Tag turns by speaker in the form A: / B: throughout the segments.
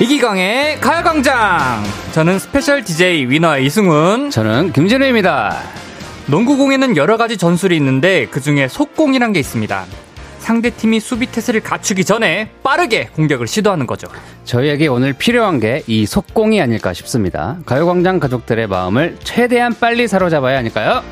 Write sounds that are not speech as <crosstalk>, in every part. A: 이기광의 가요광장. 저는 스페셜 DJ 위너 이승훈.
B: 저는 김진우입니다.
A: 농구공에는 여러 가지 전술이 있는데 그 중에 속공이란 게 있습니다. 상대팀이 수비 태세를 갖추기 전에 빠르게 공격을 시도하는 거죠.
B: 저희에게 오늘 필요한 게 이 속공이 아닐까 싶습니다. 가요광장 가족들의 마음을 최대한 빨리 사로잡아야 하니까요.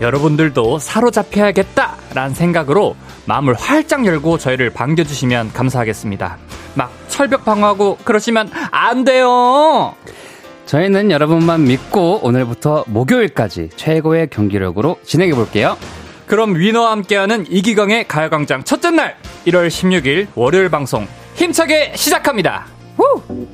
A: 여러분들도 사로잡혀야겠다라는 생각으로 마음을 활짝 열고 저희를 반겨주시면 감사하겠습니다. 막 철벽 방어하고 그러시면 안 돼요!
B: 저희는 여러분만 믿고 오늘부터 목요일까지 최고의 경기력으로 진행해 볼게요.
A: 그럼 위너와 함께하는 이기광의 가요광장 첫째 날 1월 16일 월요일 방송 힘차게 시작합니다. 후!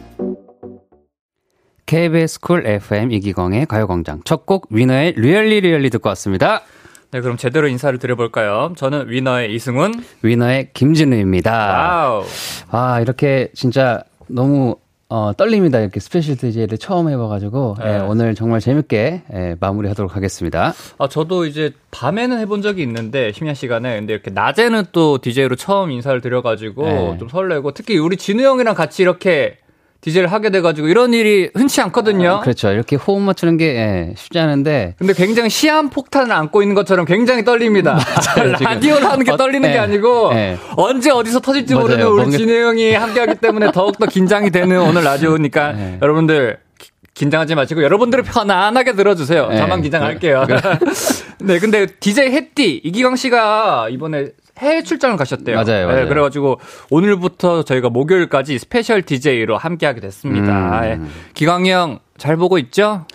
B: KBS 쿨 FM 이기광의 가요광장 첫 곡 위너의 리얼리 리얼리 듣고 왔습니다.
A: 네, 그럼 제대로 인사를 드려볼까요? 저는 위너의 이승훈.
B: 위너의 김진우입니다.
A: 와우.
B: 아 이렇게 진짜 너무 어, 떨립니다. 이렇게 스페셜 DJ를 처음 해봐가지고 예,
A: 네.
B: 오늘 정말 재밌게 예, 마무리하도록 하겠습니다.
A: 아, 저도 이제 밤에는 해본 적이 있는데, 심야 시간에. 근데 이렇게 낮에는 또 DJ로 처음 인사를 드려가지고
B: 네.
A: 좀 설레고, 특히 우리 진우 형이랑 같이 이렇게 DJ를 하게 돼가지고 이런 일이 흔치 않거든요.
B: 그렇죠. 이렇게 호흡 맞추는 게 예, 쉽지 않은데
A: 근데 굉장히 시한 폭탄을 안고 있는 것처럼 굉장히 떨립니다.
B: 지금.
A: 라디오를 하는 게
B: 어,
A: 떨리는
B: 네.
A: 게 아니고
B: 네.
A: 언제 어디서 터질지
B: 맞아요.
A: 모르는 우리
B: 뭔가-
A: 진우 형이 함께하기 때문에 더욱더 긴장이
B: <laughs>
A: 되는 오늘 라디오니까
B: 네.
A: 여러분들 기- 긴장하지 마시고 여러분들은 편안하게 들어주세요.
B: 네.
A: 저만 긴장할게요. <laughs> 네, 근데 DJ 해띠 이기광 씨가 이번에 해외 출장을 가셨대요. 네,
B: 맞아요, 맞아요.
A: 그래가지고 오늘부터 저희가 목요일까지 스페셜 DJ로 함께하게 됐습니다.
B: 음.
A: 예. 기광이 형. 잘 보고 있죠?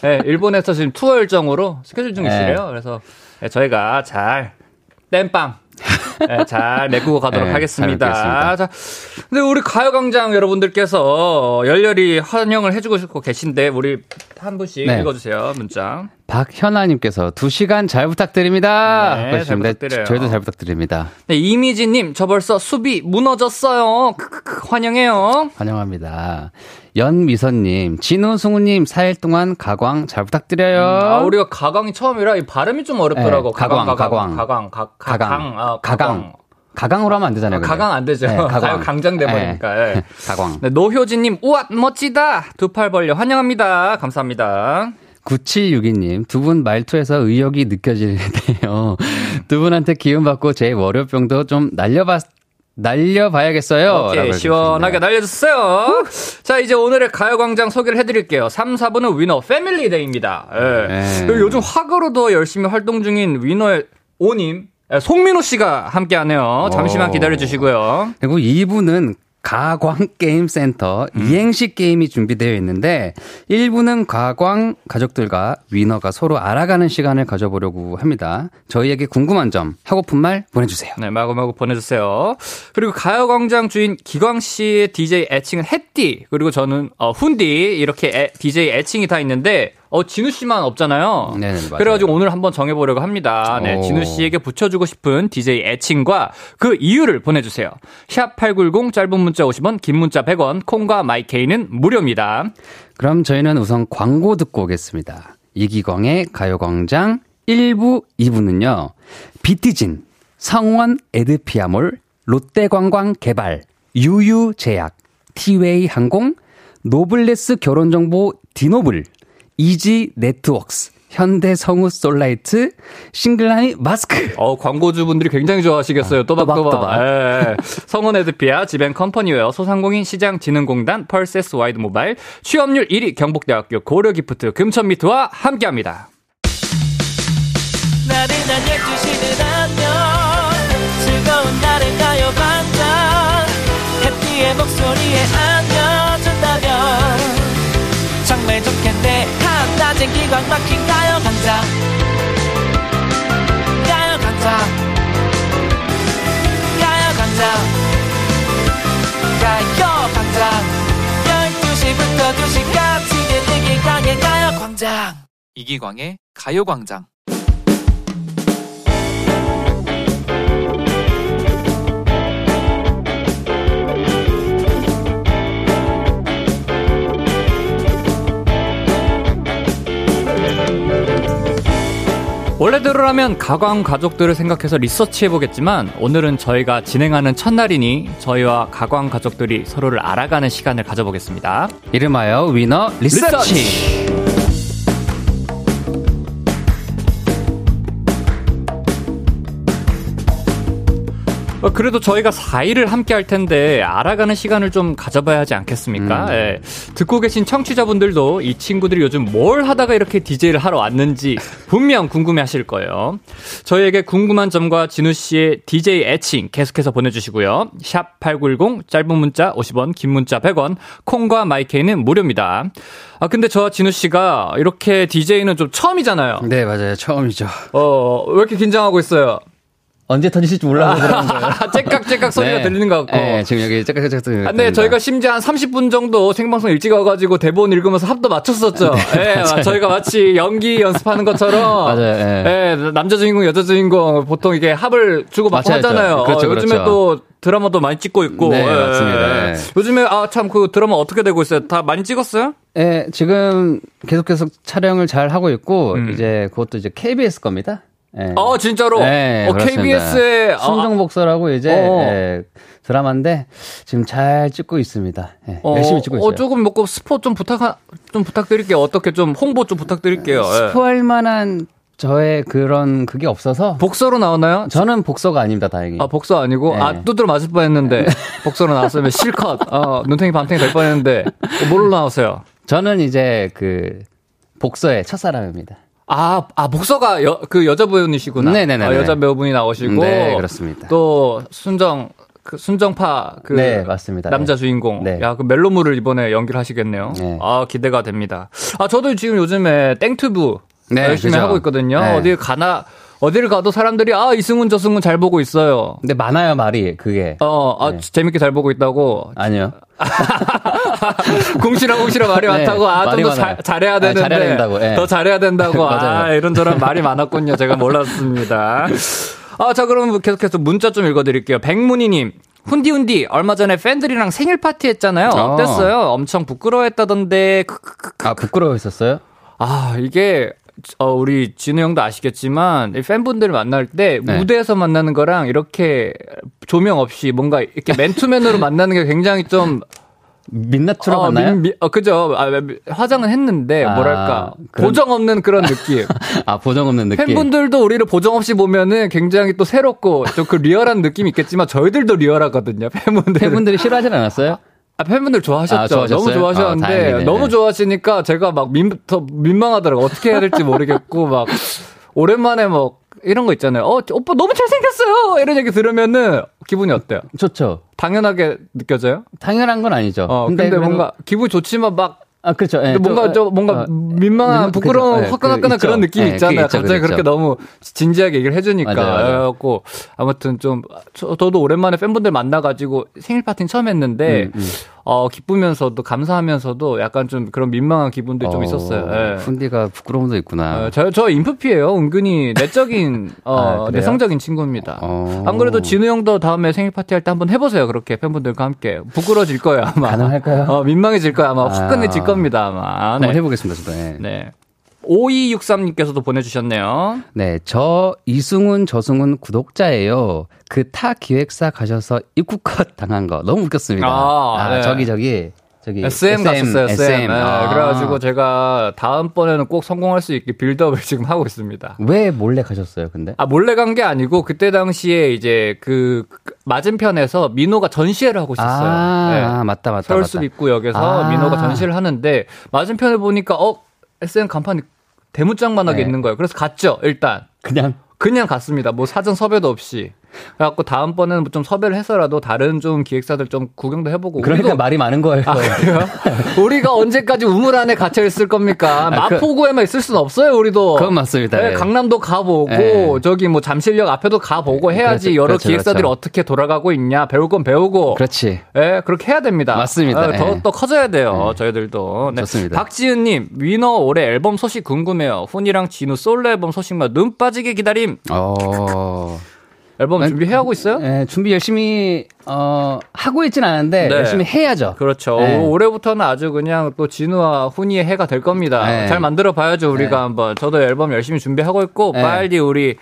A: 네, 일본에서 지금 투어 일정으로 스케줄 중이시래요. 그래서 네, 저희가 잘 땜빵 네, 예, 잘 메꾸고 가도록
B: 네,
A: 하겠습니다.
B: 잘
A: 자, 근데 우리 가요광장 여러분들께서 열렬히 환영을 해주고 계신데 우리 한 분씩
B: 네.
A: 읽어주세요 문자.
B: 박현아님께서 두 시간 잘 부탁드립니다.
A: 네,
B: 하고 계십니다.
A: 잘 부탁드려요.
B: 저희도 잘 부탁드립니다.
A: 네, 이미지님 저 벌써 숲이 무너졌어요. 크크크, 환영해요.
B: 환영합니다. 연미선님, 진우 승우님 4일 동안 가광 잘 부탁드려요.
A: 아, 우리가 가광이 처음이라 이 발음이 좀 어렵더라고.
B: 음. 네, 가광,
A: 가광, 가광,
B: 가광.
A: 가-
B: 가강,
A: 가강, 아,
B: 가강, 가강으로 하면 안 되잖아요.
A: 아,
B: 근데.
A: 가강 안 되죠. <laughs> 가요 강장 돼
B: 네,
A: 버리니까,
B: <laughs>
A: 예.
B: 가광.
A: 네, 노효진님 우와 멋지다. 두 팔 벌려 환영합니다. 감사합니다.
B: 9762님, 두 분 말투에서 의욕이 느껴지는데요. <laughs> 두 분한테 기운 받고 제 월요병도 좀 날려봤, 날려봐야겠어요. 라고
A: 오케이,
B: 해주셨습니다.
A: 시원하게 날려주세요. 자, 이제 오늘의 가요광장 소개를 해드릴게요. 3, 4분은 위너 패밀리 데이입니다. 예.
B: 네.
A: 그리고 요즘 화거로도 열심히 활동 중인 위너의 오님, 예, 송민호 씨가 함께 하네요. 잠시만
B: 오.
A: 기다려주시고요.
B: 그리고 2부는 가광 게임 센터
A: 음.
B: 이행시 게임이 준비되어 있는데 1부는 가광 가족들과 위너가 서로 알아가는 시간을 가져보려고 합니다. 저희에게 궁금한 점 하고픈 말 보내주세요.
A: 네, 마구마구 보내주세요. 그리고 가요광장 주인 기광 씨의 DJ 애칭은 햇띠, 그리고 저는 어, 훈디, 이렇게 애, DJ 애칭이 다 있는데, 어, 진우 씨만 없잖아요.
B: 네네, 맞아요.
A: 어. 그래가지고 오늘 한번 정해보려고 합니다. 네,
B: 오.
A: 진우 씨에게 붙여주고 싶은 DJ 애칭과 그 이유를 보내주세요. 샵8910 짧은 문자 50원, 긴 문자 100원, 콩과 마이케이는 무료입니다.
B: 그럼 저희는 우선 광고 듣고 오겠습니다. 이기광의 가요광장 1부, 2부는요. 비티진, 성원 에드피아몰, 롯데관광 개발, 유유제약, 티웨이 항공, 노블레스 결혼정보 디노블, 이지 네트웍스, 현대 성우 솔라이트, 싱글라니 마스크.
A: 어, 광고주분들이 굉장히 좋아하시겠어요. 또박또박.
B: 또박또박.
A: 예, 예. 성원 에드피아, 지벤 컴퍼니웨어, 소상공인 시장진흥공단, 펄세스 와이드 모바일, 취업률 1위 경북대학교 고려기프트 금천미트와 함께합니다.
C: 나른한 12시는 안녕 즐거운 날을 가요광장 해피의 목소리에 안겨준다면 정말 좋겠네 한낮엔 기광 막힌 가요광장 가요광장 가요광장 가요광장 12시부터 2시까지는 이기광의 가요광장 이기광의 가요광장
A: 평소라면 가광 가족들을 생각해서 리서치해보겠지만 오늘은 저희가 진행하는 첫날이니 저희와 가광 가족들이 서로를 알아가는 시간을 가져보겠습니다.
B: 이름하여 위너 리서치.
A: 어, 그래도 저희가 4일을 함께 할 텐데 알아가는 시간을 좀 가져봐야 하지 않겠습니까?
B: 음.
A: 예. 듣고 계신 청취자분들도 이 친구들이 요즘 뭘 하다가 이렇게 DJ를 하러 왔는지 분명 궁금해하실 거예요. 저희에게 궁금한 점과 진우 씨의 DJ 애칭 계속해서 보내주시고요. 샵 #8910 짧은 문자 50원, 긴 문자 100원, 콩과 마이케이는 무료입니다. 아 근데 저와 진우 씨가 이렇게 DJ는 좀 처음이잖아요.
B: 네, 맞아요. 처음이죠.
A: 어왜 이렇게 긴장하고 있어요?
D: 언제 터지실지 몰라서 그런 거예요.
A: <laughs> 아, 째깍째깍 소리가
B: 네.
A: 들리는 것 같고.
B: 네, 지금 여기 짝짝짝
A: 아, 네, 저희가 심지어 한 30분 정도 생방송 일찍 와가지고 대본 읽으면서 합도
D: <laughs>
A: 맞췄었죠. 예, 저희가 마치 연기 연습하는 것처럼.
D: 네, 맞아요, 예.
A: 예, 남자 주인공, 여자 주인공 보통 이게 합을 주고 받고
D: 맞춰야죠.
A: 하잖아요.
B: 그렇죠,
A: 어, 요즘에
B: 그렇죠.
A: 또 드라마도 많이 찍고 있고.
B: 네, 맞습니다. 예.
A: 요즘에 아 참 그 드라마 어떻게 되고 있어요? 다 많이 찍었어요?
D: 네, 지금 계속 계속 촬영을 잘 하고 있고
A: 음.
D: 이제 그것도 이제 KBS 겁니다. 네.
A: 어, 진짜로.
D: 네,
A: 어,
D: 그렇습니다.
A: KBS의
D: 순정복서라고 이제
A: 어.
D: 예, 드라마인데 지금 잘 찍고 있습니다. 예, 열심히 찍고 있어요.
A: 어, 조금 먹고 스포 좀 부탁 좀 부탁드릴게요. 어떻게 좀 홍보 좀 부탁드릴게요. 예.
D: 스포할 만한 저의 그런 그게 없어서
A: 예. 복서로 나오나요?
D: 저는 복서가 아닙니다, 다행히.
A: 아
B: 예.
A: 복서 아니고
D: 네.
A: 아 두드러 맞을 뻔했는데 <laughs> 복서로 나왔으면 실컷 어, 눈탱이 밤탱이 될 뻔했는데 어, 뭘로 나오세요?
D: 저는 이제 그 복서의 첫사랑입니다.
A: 아, 아, 복서가 여, 그 여자분이시구나.
B: 네네네네.
A: 아, 여자 배우분이 나오시고.
B: 네, 그렇습니다.
A: 또, 순정, 그, 순정파, 그.
D: 네, 맞습니다.
A: 남자
D: 네.
A: 주인공.
D: 네.
A: 야, 그 멜로물을 이번에 연기를 하시겠네요.
D: 네.
A: 아, 기대가 됩니다. 아, 저도 지금 요즘에 땡튜브.
B: 네,
A: 열심히
B: 그죠.
A: 하고 있거든요.
D: 네.
A: 어디 가나, 어디를 가도 사람들이, 아, 이승훈, 저승훈 잘 보고 있어요.
D: 근데 많아요, 말이 그게.
A: 어,
B: 네.
A: 아, 재밌게 잘 보고 있다고.
D: 아니요.
A: <laughs> 공시라 공시라 말이
D: 네,
A: 많다고 아 좀
D: 말이
A: 더
D: 많아요.
A: 잘해야
D: 아,
A: 되는데
D: 잘해야 된다고, 예.
A: 더 잘해야 된다고
D: <laughs>
A: 아
D: 맞아요.
A: 이런저런 말이 많았군요 제가 몰랐습니다 아 자 그럼 계속해서 문자 좀 읽어드릴게요 백문희님 훈디훈디 얼마 전에 팬들이랑 생일 파티 했잖아요
B: 어.
A: 어땠어요 엄청 부끄러워했다던데 크크크.
D: 아 부끄러워했었어요?
A: 아 이게 어, 우리 진우 형도 아시겠지만 이 팬분들 만날 때
B: 네.
A: 무대에서 만나는 거랑 이렇게 조명 없이 뭔가 이렇게 맨투맨으로 만나는 게 굉장히 좀
D: 민낯으로
A: 어,
D: 만나요?
A: 민- 민- 어, 그죠. 아, 미- 화장은 했는데,
D: 아,
A: 뭐랄까.
D: 그런-
A: 보정 없는 그런
D: <laughs>
A: 느낌.
D: 아 보정 없는 느낌.
A: 팬분들도 우리를 보정 없이 보면은 굉장히 또 새롭고, 좀 그 리얼한 느낌이 있겠지만, 저희들도 리얼하거든요, 팬분들.
D: 팬분들이 싫어하진 않았어요?
A: 아, 팬분들 좋아하셨죠?
D: 아,
A: 너무
D: 좋아하셨어요? 아,
A: 좋아하셨는데,
D: 다행이네.
A: 너무 좋아하시니까 제가 막 민, 더 민망하더라고요. 어떻게 해야 될지 모르겠고, 막, 오랜만에 막, 이런 거 있잖아요. 어, 저 오빠 너무 잘생겼어요! 이런 얘기 들으면은, 기분이 어때요?
D: 좋죠.
A: 당연하게 느껴져요?
D: 당연한 건 아니죠.
A: 어, 근데,
D: 그래도-
A: 뭔가, 기분 좋지만 막,
D: 아 그렇죠. 예,
A: 근데 뭔가
D: 어,
A: 좀 뭔가
D: 어,
A: 민망한
D: 민망-
A: 부끄러운
D: 그죠. 예,
A: 화끈화끈한
D: 그
A: 그런
D: 있죠.
A: 느낌이
D: 예,
A: 있잖아요.
D: 그 있죠,
A: 갑자기
D: 그
A: 그렇게
D: 있죠.
A: 너무 진지하게 얘기를 해주니까
D: 맞아요, 맞아요.
A: 그래갖고 아무튼 좀 저, 도 오랜만에 팬분들 만나가지고 생일 파티는 처음 했는데 어 기쁘면서도 감사하면서도 약간 좀 그런 민망한 기분도 좀
B: 어,
A: 있었어요. 예.
B: 훈디가 부끄러움도 있구나.
A: 어, 저, 저 인프피예요. 은근히 내적인,
D: <laughs>
A: 어,
D: 아, 그래요?
A: 내성적인 친구입니다.
B: 어.
A: 안 그래도 진우 형도 다음에 생일 파티 할 때 한번 해보세요. 그렇게 팬분들과 함께 부끄러질 거예요 아마.
D: 가능할까요?
A: 어, 민망해질 거야 아마.
D: 아.
A: 화끈해질 겁니다 아마.
B: 한번
A: 네.
B: 해보겠습니다, 저도. 예.
A: 네. 5263님께서도 보내주셨네요.
B: 네, 저 이승훈 저승훈 구독자예요. 그 타 기획사 가셔서 입국컷 <laughs> 당한 거 너무 웃겼습니다.
A: 아, 네.
B: 저기 저기 저기
A: SM, 갔었어요, SM. 네,
B: 예, 아.
A: 그래가지고 제가 다음번에는 꼭 성공할 수 있게 빌드업을 <laughs> 지금 하고 있습니다.
D: 왜 몰래 가셨어요? 근데
A: 아, 몰래 간 게 아니고 그때 당시에 이제 그 맞은편에서 민호가 전시회를 하고 있었어요.
B: 아,
A: 네.
B: 아, 맞다 맞다.
A: 서울숲
B: 맞다.
A: 입구역에서
B: 아.
A: 민호가 전시를 하는데 맞은편에 보니까 어 SN 간판이 대문짝만하게
D: 네.
A: 있는 거예요. 그래서 갔죠 일단
D: 그냥
A: 그냥 갔습니다. 뭐 사전 섭외도 없이 그래갖고 다음번에는 뭐좀 섭외를 해서라도 다른 좀 기획사들 좀 구경도 해보고
D: 그러니까
A: 우리도
D: 말이 많은 거예요.
A: 아,
B: <laughs>
A: 그래요? 우리가 언제까지 우물 안에 갇혀 있을 겁니까?
B: 아, 그-
A: 마포구에만 있을 순 없어요, 우리도.
B: 그건 맞습니다.
A: 네,
B: 예.
A: 강남도 가보고
B: 예.
A: 저기 뭐 잠실역 앞에도 가보고 해야지
B: 그렇죠,
A: 여러
B: 그렇죠,
A: 기획사들이
B: 그렇죠.
A: 어떻게 돌아가고 있냐 배울 건 배우고
B: 그렇지.
A: 예, 그렇게 해야 됩니다.
B: 맞습니다.
A: 아, 더,
B: 예.
A: 더 커져야 돼요. 저희들도. 네.
B: 좋습니다.
A: 박지은님, 위너 올해 앨범 소식 궁금해요. 훈이랑 진우 솔로 앨범 소식만 눈 빠지게 기다림.
B: 어.
A: 앨범
B: 난-
A: 준비해 하고 있어요?
B: 예, 준비 열심히 어, 하고 있진 않은데
A: 네.
B: 열심히 해야죠.
A: 그렇죠.
B: 네.
A: 오, 올해부터는 아주 그냥 또 진우와 훈이의 해가 될 겁니다.
B: 네.
A: 잘 만들어 봐야죠, 우리가 한번. 저도 앨범 열심히 준비하고 있고,
B: 네.
A: 빨리 우리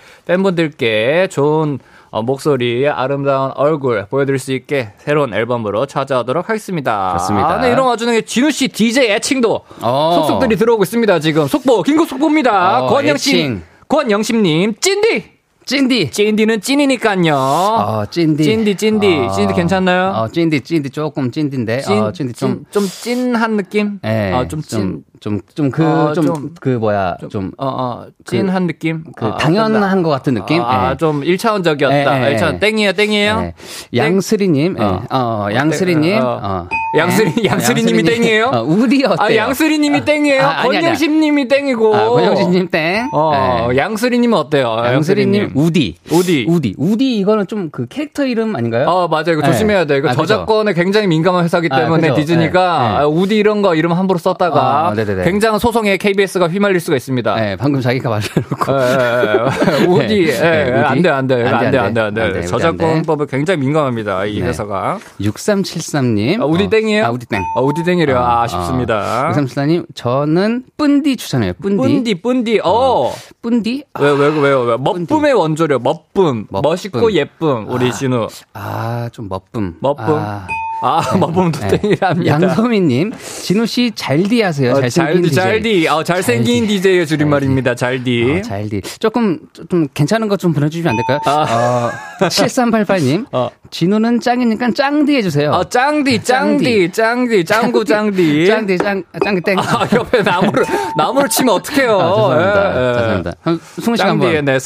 A: 팬분들께 좋은 어, 목소리, 아름다운 얼굴 보여드릴 수 있게 새로운 앨범으로 찾아오도록 하겠습니다.
B: 좋습니다.
A: 아, 네, 이런 와중에 진우 씨 DJ 애칭도
B: 어.
A: 속속들이 들어오고 있습니다, 지금. 속보, 긴급 속보입니다.
B: 어,
A: 권영 씨.
B: 애칭.
A: 권영 씨님, 찐디!
B: 찐디.
A: 찐디는 찐이니까요.
B: 어, 찐디.
A: 아, 찐디, 찐디.
B: 어.
A: 찐디 괜찮나요?
B: 어, 찐디, 찐디 조금 찐디인데.
A: 찐,
B: 어, 찐디
A: 찐,
B: 좀
A: 좀 찐한 느낌?
B: 예,
A: 어, 좀 찐.
B: 좀, 좀, 좀 그,
A: 어,
B: 좀,
A: 좀-
B: 그 뭐야, 좀,
A: 어, 어, 찐한 느낌?
B: 그
A: 아,
B: 당연한 것 같은 느낌?
A: 아,
B: 예.
A: 좀 1차원적이었다. 아,
B: 예, 예,
A: 일 1차원.
B: 예.
A: 땡이에요, 땡이에요?
B: 예. 양스리님, 예.
A: 어.
B: 어, 양스리님,
A: 어.
B: 어.
A: 양스리- 양스리님이
B: 예? 양스리님.
A: 땡이에요?
B: 어, 우리 어때요?
A: 아, 양스리님이 땡이에요?
B: 아, 아니, 아니, 아니.
A: 권영심님이 땡이고.
B: 아, 권영진님 땡.
A: 어,
B: 예.
A: 양스리님은 어때요?
B: 양스리님, 우디.
A: 아, 우디.
B: 우디. 우디, 이거는 좀 그 캐릭터 이름 아닌가요?
A: 어, 맞아요. 이거
B: 예.
A: 조심해야 돼. 이거
B: 아, 그죠?
A: 저작권에 굉장히 민감한 회사기
B: 아,
A: 때문에
B: 그죠?
A: 디즈니가
B: 예, 예.
A: 아, 우디 이런 거 이름 함부로 썼다가
B: 아, 네네네.
A: 굉장한 소송에 KBS가 휘말릴 수가 있습니다.
B: 예, 방금 자기가 <laughs> 말해놓고.
A: 네. 예, 예, 예. 우디, 예,
B: 예, 예, 우디.
A: 안 돼, 안 돼,
B: 안 돼,
A: 안 돼, 안 돼, 안
B: 안 돼,
A: 돼.
B: 우디
A: 저작권법에 굉장히 민감합니다, 이
B: 네.
A: 회사가.
B: 6373님.
A: 아, 우디 땡이에요?
B: 아, 우디 땡.
A: 아, 우디 땡이래요. 아,
B: 어,
A: 아쉽습니다.
B: 6374님, 저는 뿐디 추천해요. 뿐디.
A: 뿐디, 뿐디, 어.
B: 뿐디?
A: 왜, 왜, 왜, 왜. 멋붐의 원조려, 멋붐.
B: 멋붐.
A: 멋있고 예쁨, 우리 진우.
B: 아, 좀 멋쁨.
A: 멋쁨. <laughs>
B: 아,
A: 아, 멋붐도
B: 네.
A: 땡이랍니다.
B: 양소민님, 진우 씨 잘디 하세요.
A: 어,
B: 잘생긴
A: 잘디,
B: DJ.
A: 잘디. 어, 잘생긴 DJ의 줄임말입니다, 잘디.
B: 어, 잘디. 조금 좀 괜찮은 것 좀 보내주시면 안 될까요? 어, 7388님,
A: 아. <laughs> 어.
B: 진우는 짱이니까 짱디 해주세요.
A: 어, 짱디, 짱디, 짱디, 짱구, 짱디.
B: 네, 짱디 짱 짱디 땡.
A: 아, 옆에 나무를, 나무를 치면 어떡해요.
B: 아, 죄송합니다.
A: 예, 예.
B: 죄송합니다. 한 승우 씨
A: 짱디에
B: 한번.
A: 네,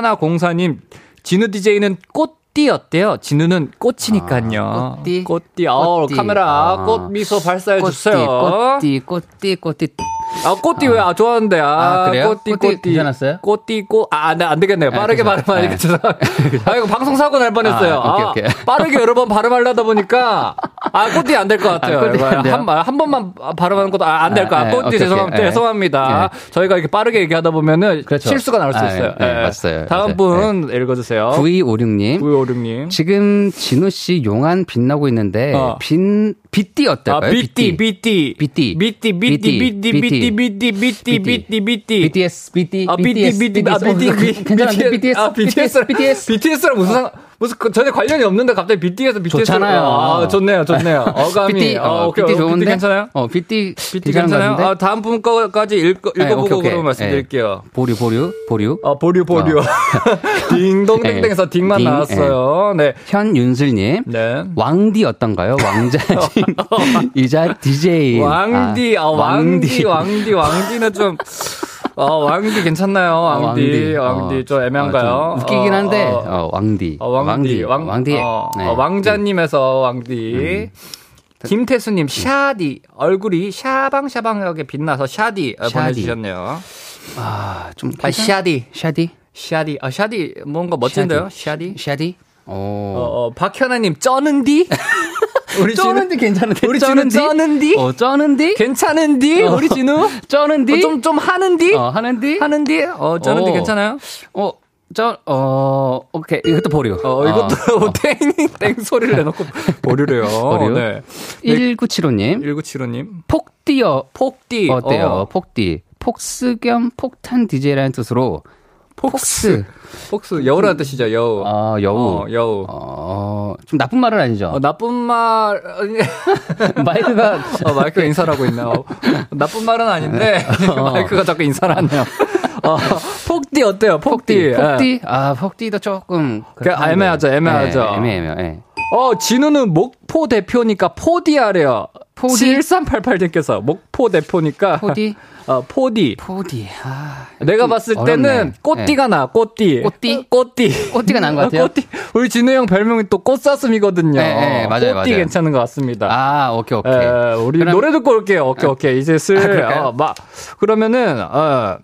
A: 3104님 진우 DJ는 꽃띠 어때요? 진우는 꽃이니까요.
B: 아, 꽃띠?
A: 꽃띠. 어우,
B: 꽃띠.
A: 카메라
B: 아.
A: 꽃 미소 발사해 주세요.
B: 꽃띠 꽃띠 꽃띠 꽃띠.
A: 아, 꽃띠 왜? 아, 좋아하는데. 아,
B: 아, 그래요?
A: 꽃띠,
B: 꽃띠
A: 꽃띠.
B: 괜찮았어요?
A: 꽃띠, 꽃. 아, 안, 안 되겠네요.
B: 아,
A: 빠르게
B: 괜찮아요.
A: 발음하니까
B: 네.
A: 죄송합니다. 아, 이거 방송사고 날 뻔했어요.
B: 아, 오케이,
A: 아,
B: 오케이.
A: 빠르게 여러 번 발음하려다 보니까. 아, 꽃띠 안 될 것 같아요.
B: 아, 꽃띠 안 돼요?
A: 한, 번- 한 번만 발음하는 것도 아, 안 될 것
B: 아, 네,
A: 같아요. 꽃띠
B: 오케이,
A: 죄송합니다.
B: 오케이.
A: 죄송합니다. 저희가 이렇게 빠르게 얘기하다 보면은
B: 그렇죠.
A: 실수가 나올 수
B: 아,
A: 있어요.
B: 네,
A: 예.
B: 맞아요.
A: 다음
B: 맞아요.
A: 분 읽어주세요.
B: 9256님.
A: 9256님.
B: 지금 진우 씨 용안 빛나고 있는데
A: 어.
B: 빛 빛띠
A: 아,
B: 어떨까요?
A: 삐띠, 삐띠.
B: 삐띠.
A: 삐띠, 삐띠, 삐띠, 삐띠, 삐띠, 삐띠, 삐띠, 삐띠.
B: BTS BT
A: 아, BTS, BTS, 아, BTS,
B: 괜찮은데 BTS
A: 아, BTS, BTS, BTS랑 무슨 상, 무슨 그 전혀 관련이 없는데 갑자기 BTS, BTS.
B: 좋잖아요.
A: 아, 좋네요, 좋네요.
B: <laughs>
A: 어감이.
B: BT
A: 어,
B: 어,
A: 오케이,
B: BT
A: 어,
B: 좋은데
A: BT 괜찮아요?
B: 어 BT
A: BT 괜찮아요? 아, 다음 분 거까지 읽고,
B: 아, 네,
A: 읽어보고 그러면 말씀드릴게요.
B: 보류 보류 보류
A: 아, 보류, 보류.
B: 예. 어.
A: <laughs>
B: 예.
A: 딩동댕댕에서 딩만
B: 딩, 예.
A: 나왔어요. 네.
B: 현윤슬님
A: 네.
B: 왕디 어떤가요?
A: <laughs>
B: 왕자님 이자 DJ
A: 왕디, 아, 왕디, 왕디, 왕디는 좀, 어, 왕디 괜찮나요?
B: 아,
A: 왕디, 왕디, 좀 애매한가요?
B: 어, 웃기긴
A: 어,
B: 한데
A: 어,
B: 어, 왕디
A: 어, 왕디, 왕,
B: 왕디
A: 어,
B: 네.
A: 어, 왕자님에서 왕디. 음. 김태수님 샤디 얼굴이 샤방샤방하게 빛나서 샤디, 어,
B: 샤디.
A: 보내주셨네요.
B: 아, 좀
A: 아, 샤디,
B: 샤디
A: 샤디, 아 샤디 뭔가 멋진데요? 샤디.
B: 샤디
A: 어,
B: 오
A: 어 박현아님 쩌는디? <laughs> 우리 진우
B: 괜찮은데
A: 우리 진우 쩌는디?
B: 어 쩌는디
A: 괜찮은디? 우리 진우?
B: 쩌는디
A: 어. 좀 좀 하는디?
B: 어 하는디
A: 하는디? 어 쩌는디
B: 어.
A: 괜찮아요?
B: 어저어 오케이 이것도 보류
A: 어, 이것도 <laughs> 땡땡 소리를 <laughs> 내놓고 보류래요.
B: 보류?
A: 네.
B: 1975님
A: 1975님.
B: 폭디어
A: 폭디.
B: 어때요
A: 어,
B: 폭디 폭스 겸 폭탄 DJ라는 뜻으로 폭스
A: 폭스 여우라는 뜻이죠. 여우.
B: 아 여우
A: 어, 여우. 어.
B: 어좀 나쁜 말은 아니죠
A: 나쁜 말 <laughs>
B: <laughs> 마이크가
A: 어, 마이크가 인사를 하고 있나? 어, 나쁜 말은 아닌데 <laughs>
B: 네. 어.
A: 마이크가 자꾸 인사를
B: <laughs>
A: 하네요. 어, 폭디 어때요? 폭디. 예.
B: 폭디 폭디 아 폭디도 조금 그렇긴 한데.
A: 애매하죠, 애매하죠.
B: 예, 애매해요 예.
A: 예. 어, 진우는 목포 대표니까 포디하래요.
B: 포디?
A: 7388님께서 목포 대표니까
B: 포디
A: 어, 포디.
B: 포디 아
A: 내가 봤을
B: 어렵네. 예.
A: 때는 꽃띠가 나, 꽃띠.
B: 꽃띠?
A: 꽃띠.
B: 꽃띠가 나은 것 같아요?
A: 어, 꽃띠. 우리 진우 형 별명이 또 꽃사슴이거든요.
B: 네, 네,
A: 꽃띠
B: 맞아요, 맞아요.
A: 괜찮은 것 같습니다.
B: 아 오케이 오케이
A: 에, 예, 우리
B: 그럼- 아,
A: 노래 듣고 올게요. 오케이, 오케이. 이제 슬,
B: 그럴까요?
A: 어, 막, 그러면은, 어,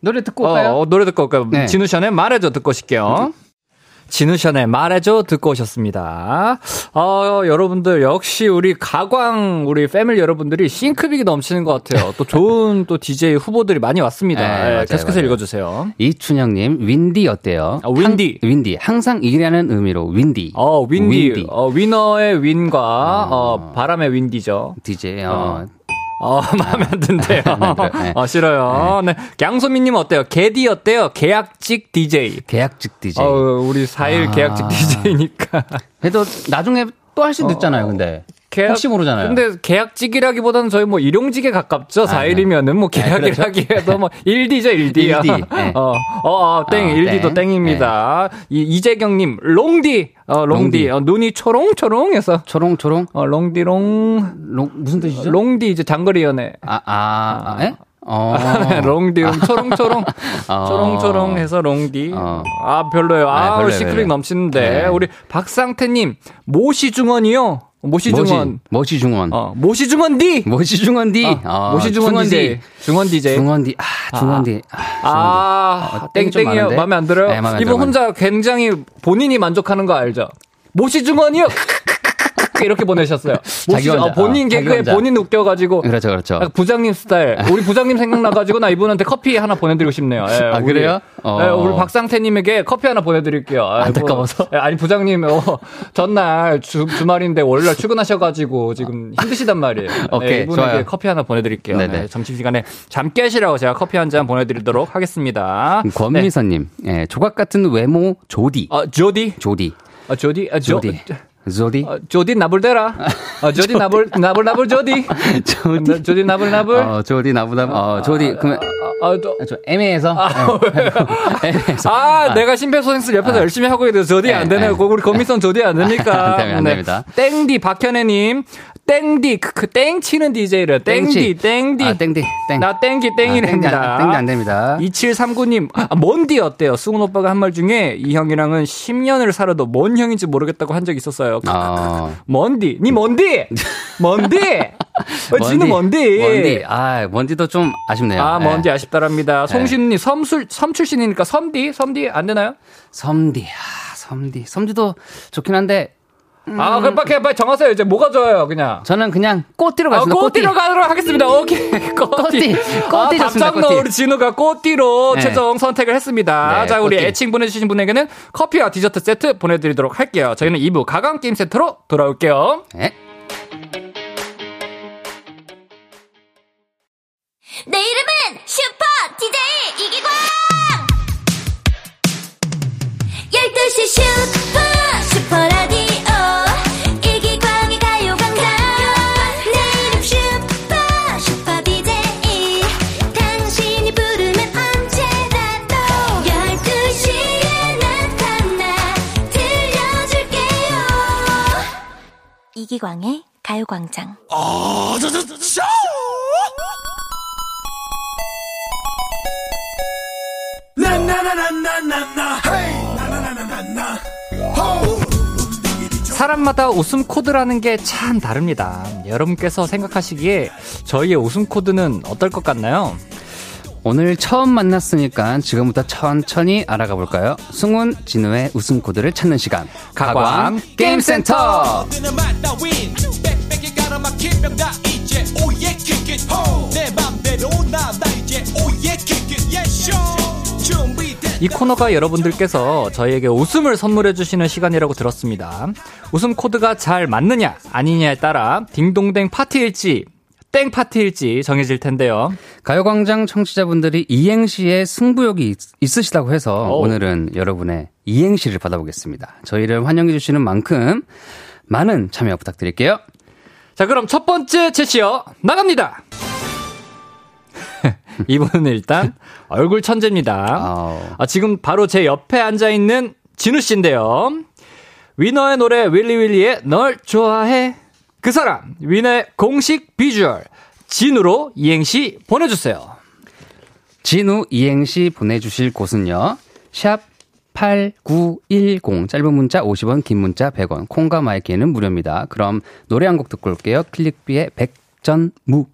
B: 노래 듣고
A: 어,
B: 올까요?
A: 어, 노래 듣고 올까요?
B: 네. 음.
A: 진우 션의 말해줘 듣고 오실게요. 진우션의 말해줘 듣고 오셨습니다. 어, 여러분들 역시 우리 가광 우리 패밀리 여러분들이 싱크빅이 넘치는 것 같아요. 또 좋은 또 DJ 후보들이 많이 왔습니다.
B: 네,
A: 예,
B: 맞아요,
A: 계속해서
B: 맞아요.
A: 읽어주세요.
B: 이춘영님 윈디 어때요?
A: 아, 윈디.
B: 항, 윈디 항상 일하는 의미로 윈디.
A: 어, 윈디.
B: 윈디. 음.
A: 어, 위너의 윈과 어, 바람의 윈디죠.
B: DJ. 어.
A: 어, <laughs> 마음에 안 든대요.
B: 안 들어요. 네.
A: 어, 싫어요. 네. 양소민님 어때요? 개디 어때요? 계약직 DJ.
B: 계약직 DJ.
A: 어, 우리 4일 계약직 <laughs> DJ니까.
B: 그래도 나중에 또 할 수도 있잖아요. 근데 혹시 모르잖아요.
A: 어,
B: 아, 네.
A: 근데 계약직이라기보다는 저희 뭐 일용직에 가깝죠. 4일이면은 뭐 계약이라기에도
B: <laughs>
A: 뭐 1D죠, 1D야.
B: 1D, 그렇죠. 네.
A: 어, 어, 어, 땡.
B: 어,
A: 1D도
B: 땡. 네.
A: 땡입니다. 이, 이재경님, 롱디. 어, 롱디.
B: 롱디.
A: 어, 눈이 초롱초롱해서.
B: 초롱초롱
A: 어, 롱디롱.
B: 롱, 무슨 뜻이죠?
A: 롱디 이제 장거리 연애.
B: 아, 아, 아, 예? 어.
A: 네,
B: <laughs>
A: 롱디롱 초롱초롱
B: 어.
A: 초롱초롱 해서 롱디
B: 어.
A: 아 별로예요
B: 아,
A: 아,
B: 별로예요,
A: 시크릿
B: 별로예요.
A: 넘치는데
B: 네.
A: 우리 박상태님 모시 중원이요 모시 중원
B: 머시 중원.
A: 어 모시 중원 D
B: 머시 중원 D.
A: 어, 모시 중원 DJ 중원 DJ
B: 아, 중원 D. 아, 중원 D. 아,
A: 아
B: 어, 땡이 좀
A: 땡땡이요
B: 많은데?
A: 마음에 안 들어요
B: 네, 마음에 안
A: 이분
B: 들어요.
A: 혼자 굉장히 본인이 만족하는 거 알죠 모시
B: <laughs>
A: 중원이요 이렇게 보내셨어요 모시
B: 자기
A: 중-
B: 혼자,
A: 어, 본인
B: 어, 자기
A: 개그에
B: 혼자.
A: 본인 웃겨가지고
B: 그렇죠, 그렇죠.
A: 아, 부장님 스타일. 우리 부장님 생각나가지고 나 이분한테 커피 하나 보내드리고 싶네요. 예,
B: 아,
A: 우리,
B: 그래요? 어.
A: 예, 우리 박상태님에게 커피 하나 보내드릴게요. 예,
B: 안타까워서?
A: 뭐, 예, 아니, 부장님, 어, 전날 주, 주말인데 월요일 출근하셔가지고 지금 힘드시단 말이에요. 예,
B: <laughs> 오케이,
A: 이분에게
B: 좋아요.
A: 커피 하나 보내드릴게요.
B: 네네.
A: 네, 점심시간에 잠 깨시라고 제가 커피 한 잔 보내드리도록 하겠습니다. 네.
B: 권미선님, 예, 조각 같은 외모 조디,
A: 어, 조디?
B: 조디,
A: 어, 조디? 어, 조,
B: 조디, 조디,
A: 어, 조디 나불대라.
B: <laughs>
A: 어, 조디 나불, 나불나불 조디.
B: 조디,
A: 조디 나불나불.
B: 어, 조디 나보다, 어, 조디, 그러면
A: 어, 어, 또-
B: 좀 애매해서, 예. 애매해서,
A: 아, 내가 심폐소생술 옆에서 열심히 하고 있는데 저디 안 되네.
B: 예.
A: 요 우리 건미선 저디 안 됩니까?
B: <laughs>
A: 네.
B: 안 됩니다, 안 됩니다.
A: 땡디 박현애님, 땡디 그땡 치는 DJ래. 땡디
B: 땡치.
A: 땡디.
B: 아, 땡디, 땡.
A: 나 땡기
B: 아,
A: 땡이랍니다.
B: 땡디 안- 땡디 안 됩니다.
A: 2739님, 아, 먼디 어때요? 수근 오빠가 한 말 중에 이 형이랑은 10년을 살아도 뭔 형인지 모르겠다고 한 적이 있었어요.
B: 어,
A: 먼디, 니 먼디, 먼디, 어, 지는 먼디.
B: 먼디, 아, 먼디도 좀 아쉽네요.
A: 아,
B: 예.
A: 먼디 아쉽다랍니다. 송신님, 섬술, 섬 출신이니까 섬디, 섬디 안 되나요?
B: 섬디, 아, 섬디, 섬디도 좋긴 한데,
A: 아, 그럼 빨리, 빨리 정하세요. 이제 뭐가 좋아요, 그냥.
B: 저는 그냥 꽃띠로
A: 아,
B: 가겠습니다.
A: 꼬띠로 음. 가도록 하겠습니다. 오케이. <laughs> 꼬띠.
B: 꼬띠. 꼬띠
A: 아,
B: 좋습니다,
A: 답장너
B: 꼬띠.
A: 우리 진우가 꼬띠로
B: 네.
A: 최종 선택을 했습니다.
B: 네,
A: 자, 우리
B: 꼬띠.
A: 애칭 보내주신 분에게는 커피와 디저트 세트 보내드리도록 할게요. 저희는 2부 가강게임 세트로 돌아올게요.
B: 예.
E: 내 이름은 슈퍼 DJ 이기광 12시 슈퍼 슈퍼라디오 이기광의 가요광장 내 이름 슈퍼 슈퍼 DJ 당신이 부르면 언제나 또 12시에 나타나 들려줄게요 이기광의 가요광장
A: 사람마다 웃음 코드라는 게 참 다릅니다. 여러분께서 생각하시기에 저희의 웃음 코드는 어떨 것 같나요?
B: 오늘 처음 만났으니까 지금부터 천천히 알아가 볼까요? 승훈, 진우의 웃음 코드를 찾는 시간.
A: 가광 게임 센터. 이 코너가 여러분들께서 저희에게 웃음을 선물해주시는 시간이라고 들었습니다. 웃음 코드가 잘 맞느냐, 아니냐에 따라 딩동댕 파티일지, 땡 파티일지 정해질 텐데요.
B: 가요광장 청취자분들이 이행시에 승부욕이 있, 있으시다고 해서
A: 오.
B: 오늘은 여러분의 이행시를 받아보겠습니다. 저희를 환영해주시는 만큼 많은 참여 부탁드릴게요.
A: 자, 그럼 첫 번째 제시어 나갑니다! <laughs> 이분은 일단 얼굴 천재입니다.
B: 어,
A: 아, 지금 바로 제 옆에 앉아있는 진우씨인데요. 위너의 노래 윌리윌리의 널 좋아해. 그 사람, 위너의 공식 비주얼. 진우로 이행시 보내주세요.
B: 진우 이행시 보내주실 곳은요. 샵 8910 짧은 문자 50원 긴 문자 100원 콩과 마이키는 무료입니다. 그럼 노래 한 곡 듣고 올게요. 클릭비의 백전무패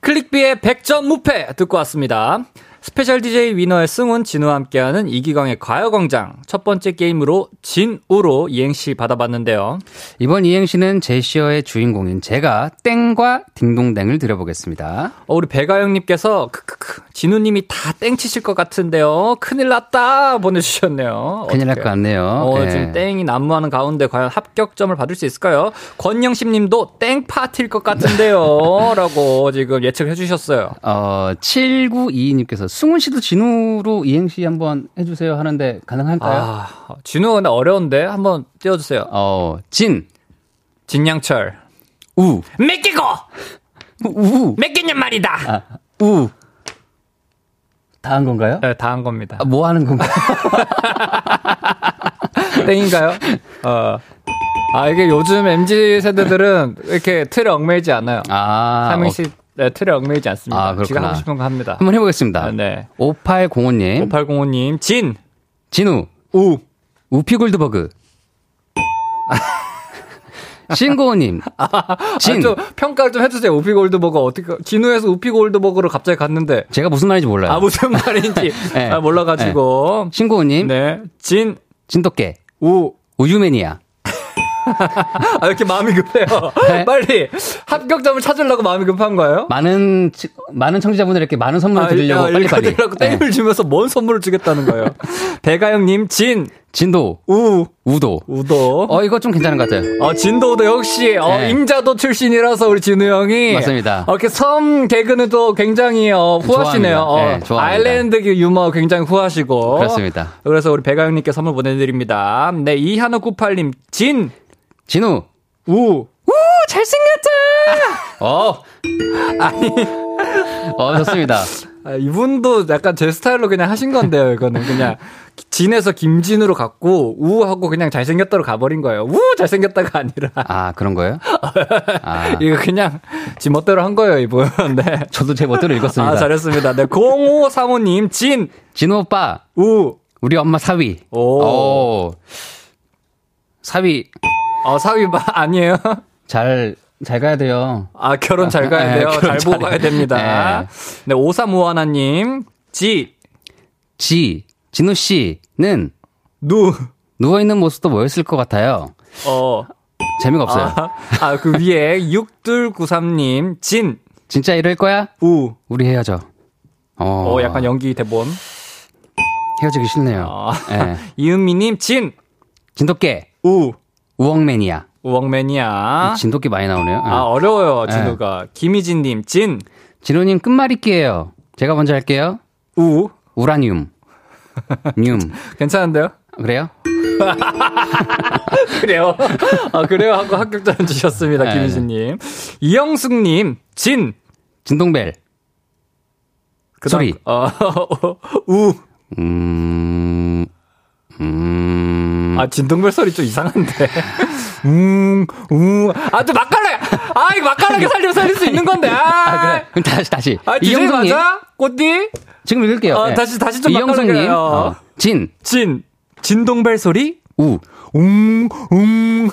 A: 클릭비의 100점 무패 듣고 왔습니다. 스페셜 DJ 위너의 승훈, 진우와 함께하는 이기광의 과요광장. 첫 번째 게임으로 진우로 이행시 받아봤는데요.
B: 이번 이행시는 제시어의 주인공인 제가 땡과 딩동댕을 드려보겠습니다.
A: 어, 우리 배가영님께서 크크크 진우님이 다 땡치실 것 같은데요. 큰일 났다 보내주셨네요.
B: 큰일 날
A: 어떡해요?
B: 것 같네요.
A: 어,
B: 예.
A: 지금 땡이 난무하는 가운데 과연 합격점을 받을 수 있을까요? 권영심 님도 땡 파티일 것
B: <laughs>
A: 같은데요. 라고 지금 예측해 주셨어요.
B: 어, 7922님께서 승훈 씨도 진우로 이행시 한번 해주세요 하는데 가능할까요?
A: 아, 진우 근데 어려운데 한번 띄워주세요.
B: 어, 진,
A: 진양철.
B: 우, 뭐,
A: 맡기고!
B: 우,
A: 맡기냔 말이다!
B: 아. 우. 다 한 건가요?
A: 네, 다 한 겁니다.
B: 아, 뭐
A: <laughs>
B: 하는 건가요? 뭐. <laughs>
A: 땡인가요? 어. 아, 이게 요즘 MZ 세대들은 이렇게 틀에 얽매이지 않아요.
B: 아,
A: 삼행시 네, 틀에 얽매이지 않습니다.
B: 아, 그렇구나.
A: 지가 하고 싶은 거 합니다.
B: 어, 한번 해보겠습니다. 음?
A: 아, 네.
B: 5805님,
A: 5805님, 진!
B: 진우,
A: 우! <laughs>
B: 우피골드버그. 신고호님, 진.
A: 아, 좀 평가를 좀 해주세요. 우피 골드버거 어떻게 진우에서 우피 골드버거로 갑자기 갔는데
B: 제가 무슨 말인지 몰라요.
A: 아
B: <laughs>
A: 무슨 말인지
B: 네.
A: 아, 몰라가지고
B: 신고호님,
A: 네진우
B: 진돗개, 우유매니아.
A: 아, 이렇게 마음이 급해요.
B: 네.
A: <laughs> 빨리 합격점을 찾으려고 마음이 급한 거예요?
B: 많은, 치- 많은 청취자분들에게 많은
A: 아,
B: 선물을 드리려고 빨리빨리.
A: 고
B: 네.
A: 땡을 주면서 뭔 선물을 주겠다는 거예요? 배가영님 진
B: 진도,
A: 우
B: 우도.
A: 우도
B: 어, 이거 좀 괜찮은 것 같아요.
A: 어, 진도도 역시, 어,
B: 네.
A: 임자도 출신이라서 우리 진우 형이.
B: 맞습니다.
A: 어, 이렇게 섬 개그는 또 굉장히, 어, 후하시네요.
B: 좋아합니다.
A: 어,
B: 네, 좋아합니다.
A: 아일랜드 그 유머 굉장히 후하시고.
B: 그렇습니다.
A: 그래서 우리 배가영님께 선물 보내드립니다. 네, 이한호구팔님, 진,
B: 진우,
A: 우.
B: 어. 아니. 어, 좋습니다.
A: 아, 이분도 약간 제 스타일로 그냥 하신 건데요, 이거는. 그냥, 진에서 김진으로 갔고, 우하고 그냥 잘생겼다로 가버린 거예요. 우! 잘생겼다가 아니라.
B: 아, 그런 거예요? 아,
A: 이거 그냥, 지 멋대로 한 거예요, 이분. <laughs> 네.
B: 저도 제 멋대로 읽었습니다.
A: 아, 잘했습니다. 네. 0535님, 진,
B: 진우 오빠,
A: 우.
B: 우리 엄마 사위. 어.
A: 오.
B: 오. 사위,
A: 어, 사위바 <laughs> 아니에요.
B: 잘, 잘 가야 돼요.
A: 아, 결혼 잘 가야
B: 네,
A: 돼요. 잘
B: 결혼
A: 보고
B: 잘해.
A: 가야 됩니다. 네, 5351님, 지,
B: 지, 진우 씨는
A: 누,
B: 누워있는 모습도 뭐였을 것 같아요?
A: 어.
B: 재미가 없어요.
A: 아, 아, 그 위에 6293님, 진,
B: 진짜 이럴 거야?
A: 우.
B: 우리 헤어져. 어,
A: 어, 약간 연기 대본.
B: 헤어지기 싫네요.
A: 어.
B: 예.
A: 이은미님, 진,
B: 진돗개,
A: 우.
B: 우엉매니아.
A: 우엉매니아.
B: 진돗개 많이 나오네요. 예.
A: 아, 어려워요,
B: 네.
A: 진우가. 김희진님, 진,
B: 진우님 끝말잇기예요. 제가 먼저 할게요.
A: 우. <laughs>
B: 우라늄. 늄.
A: 괜찮은데요?
B: 그래요? <laughs>
A: 그래요. 아, 그래요. 하고 합격자는 주셨습니다.
B: 네,
A: 김희진님. 이영숙님, 진.
B: 진동벨.
A: 그다음-
B: 소리.
A: 어, <laughs> 우.
B: 음, 음,
A: 아, 진동별 소리 좀
B: <laughs>
A: 이상한데. 음, 우. 아, 좀 맛깔나게. 아, 이거 맛깔나게 살려 살릴 수 있는 건데.
B: 아,
A: 아,
B: 그래. 그럼 다시, 다시.
A: 아, DJ 맞아? 꽃띠?
B: 지금 읽을게요.
A: 어,
B: 예.
A: 다시- 다시 좀
B: 이영성님.
A: 바꿔볼게요.
B: 어, 진,
A: 진. 진동벨 소리?
B: 우.
A: 웅, 웅.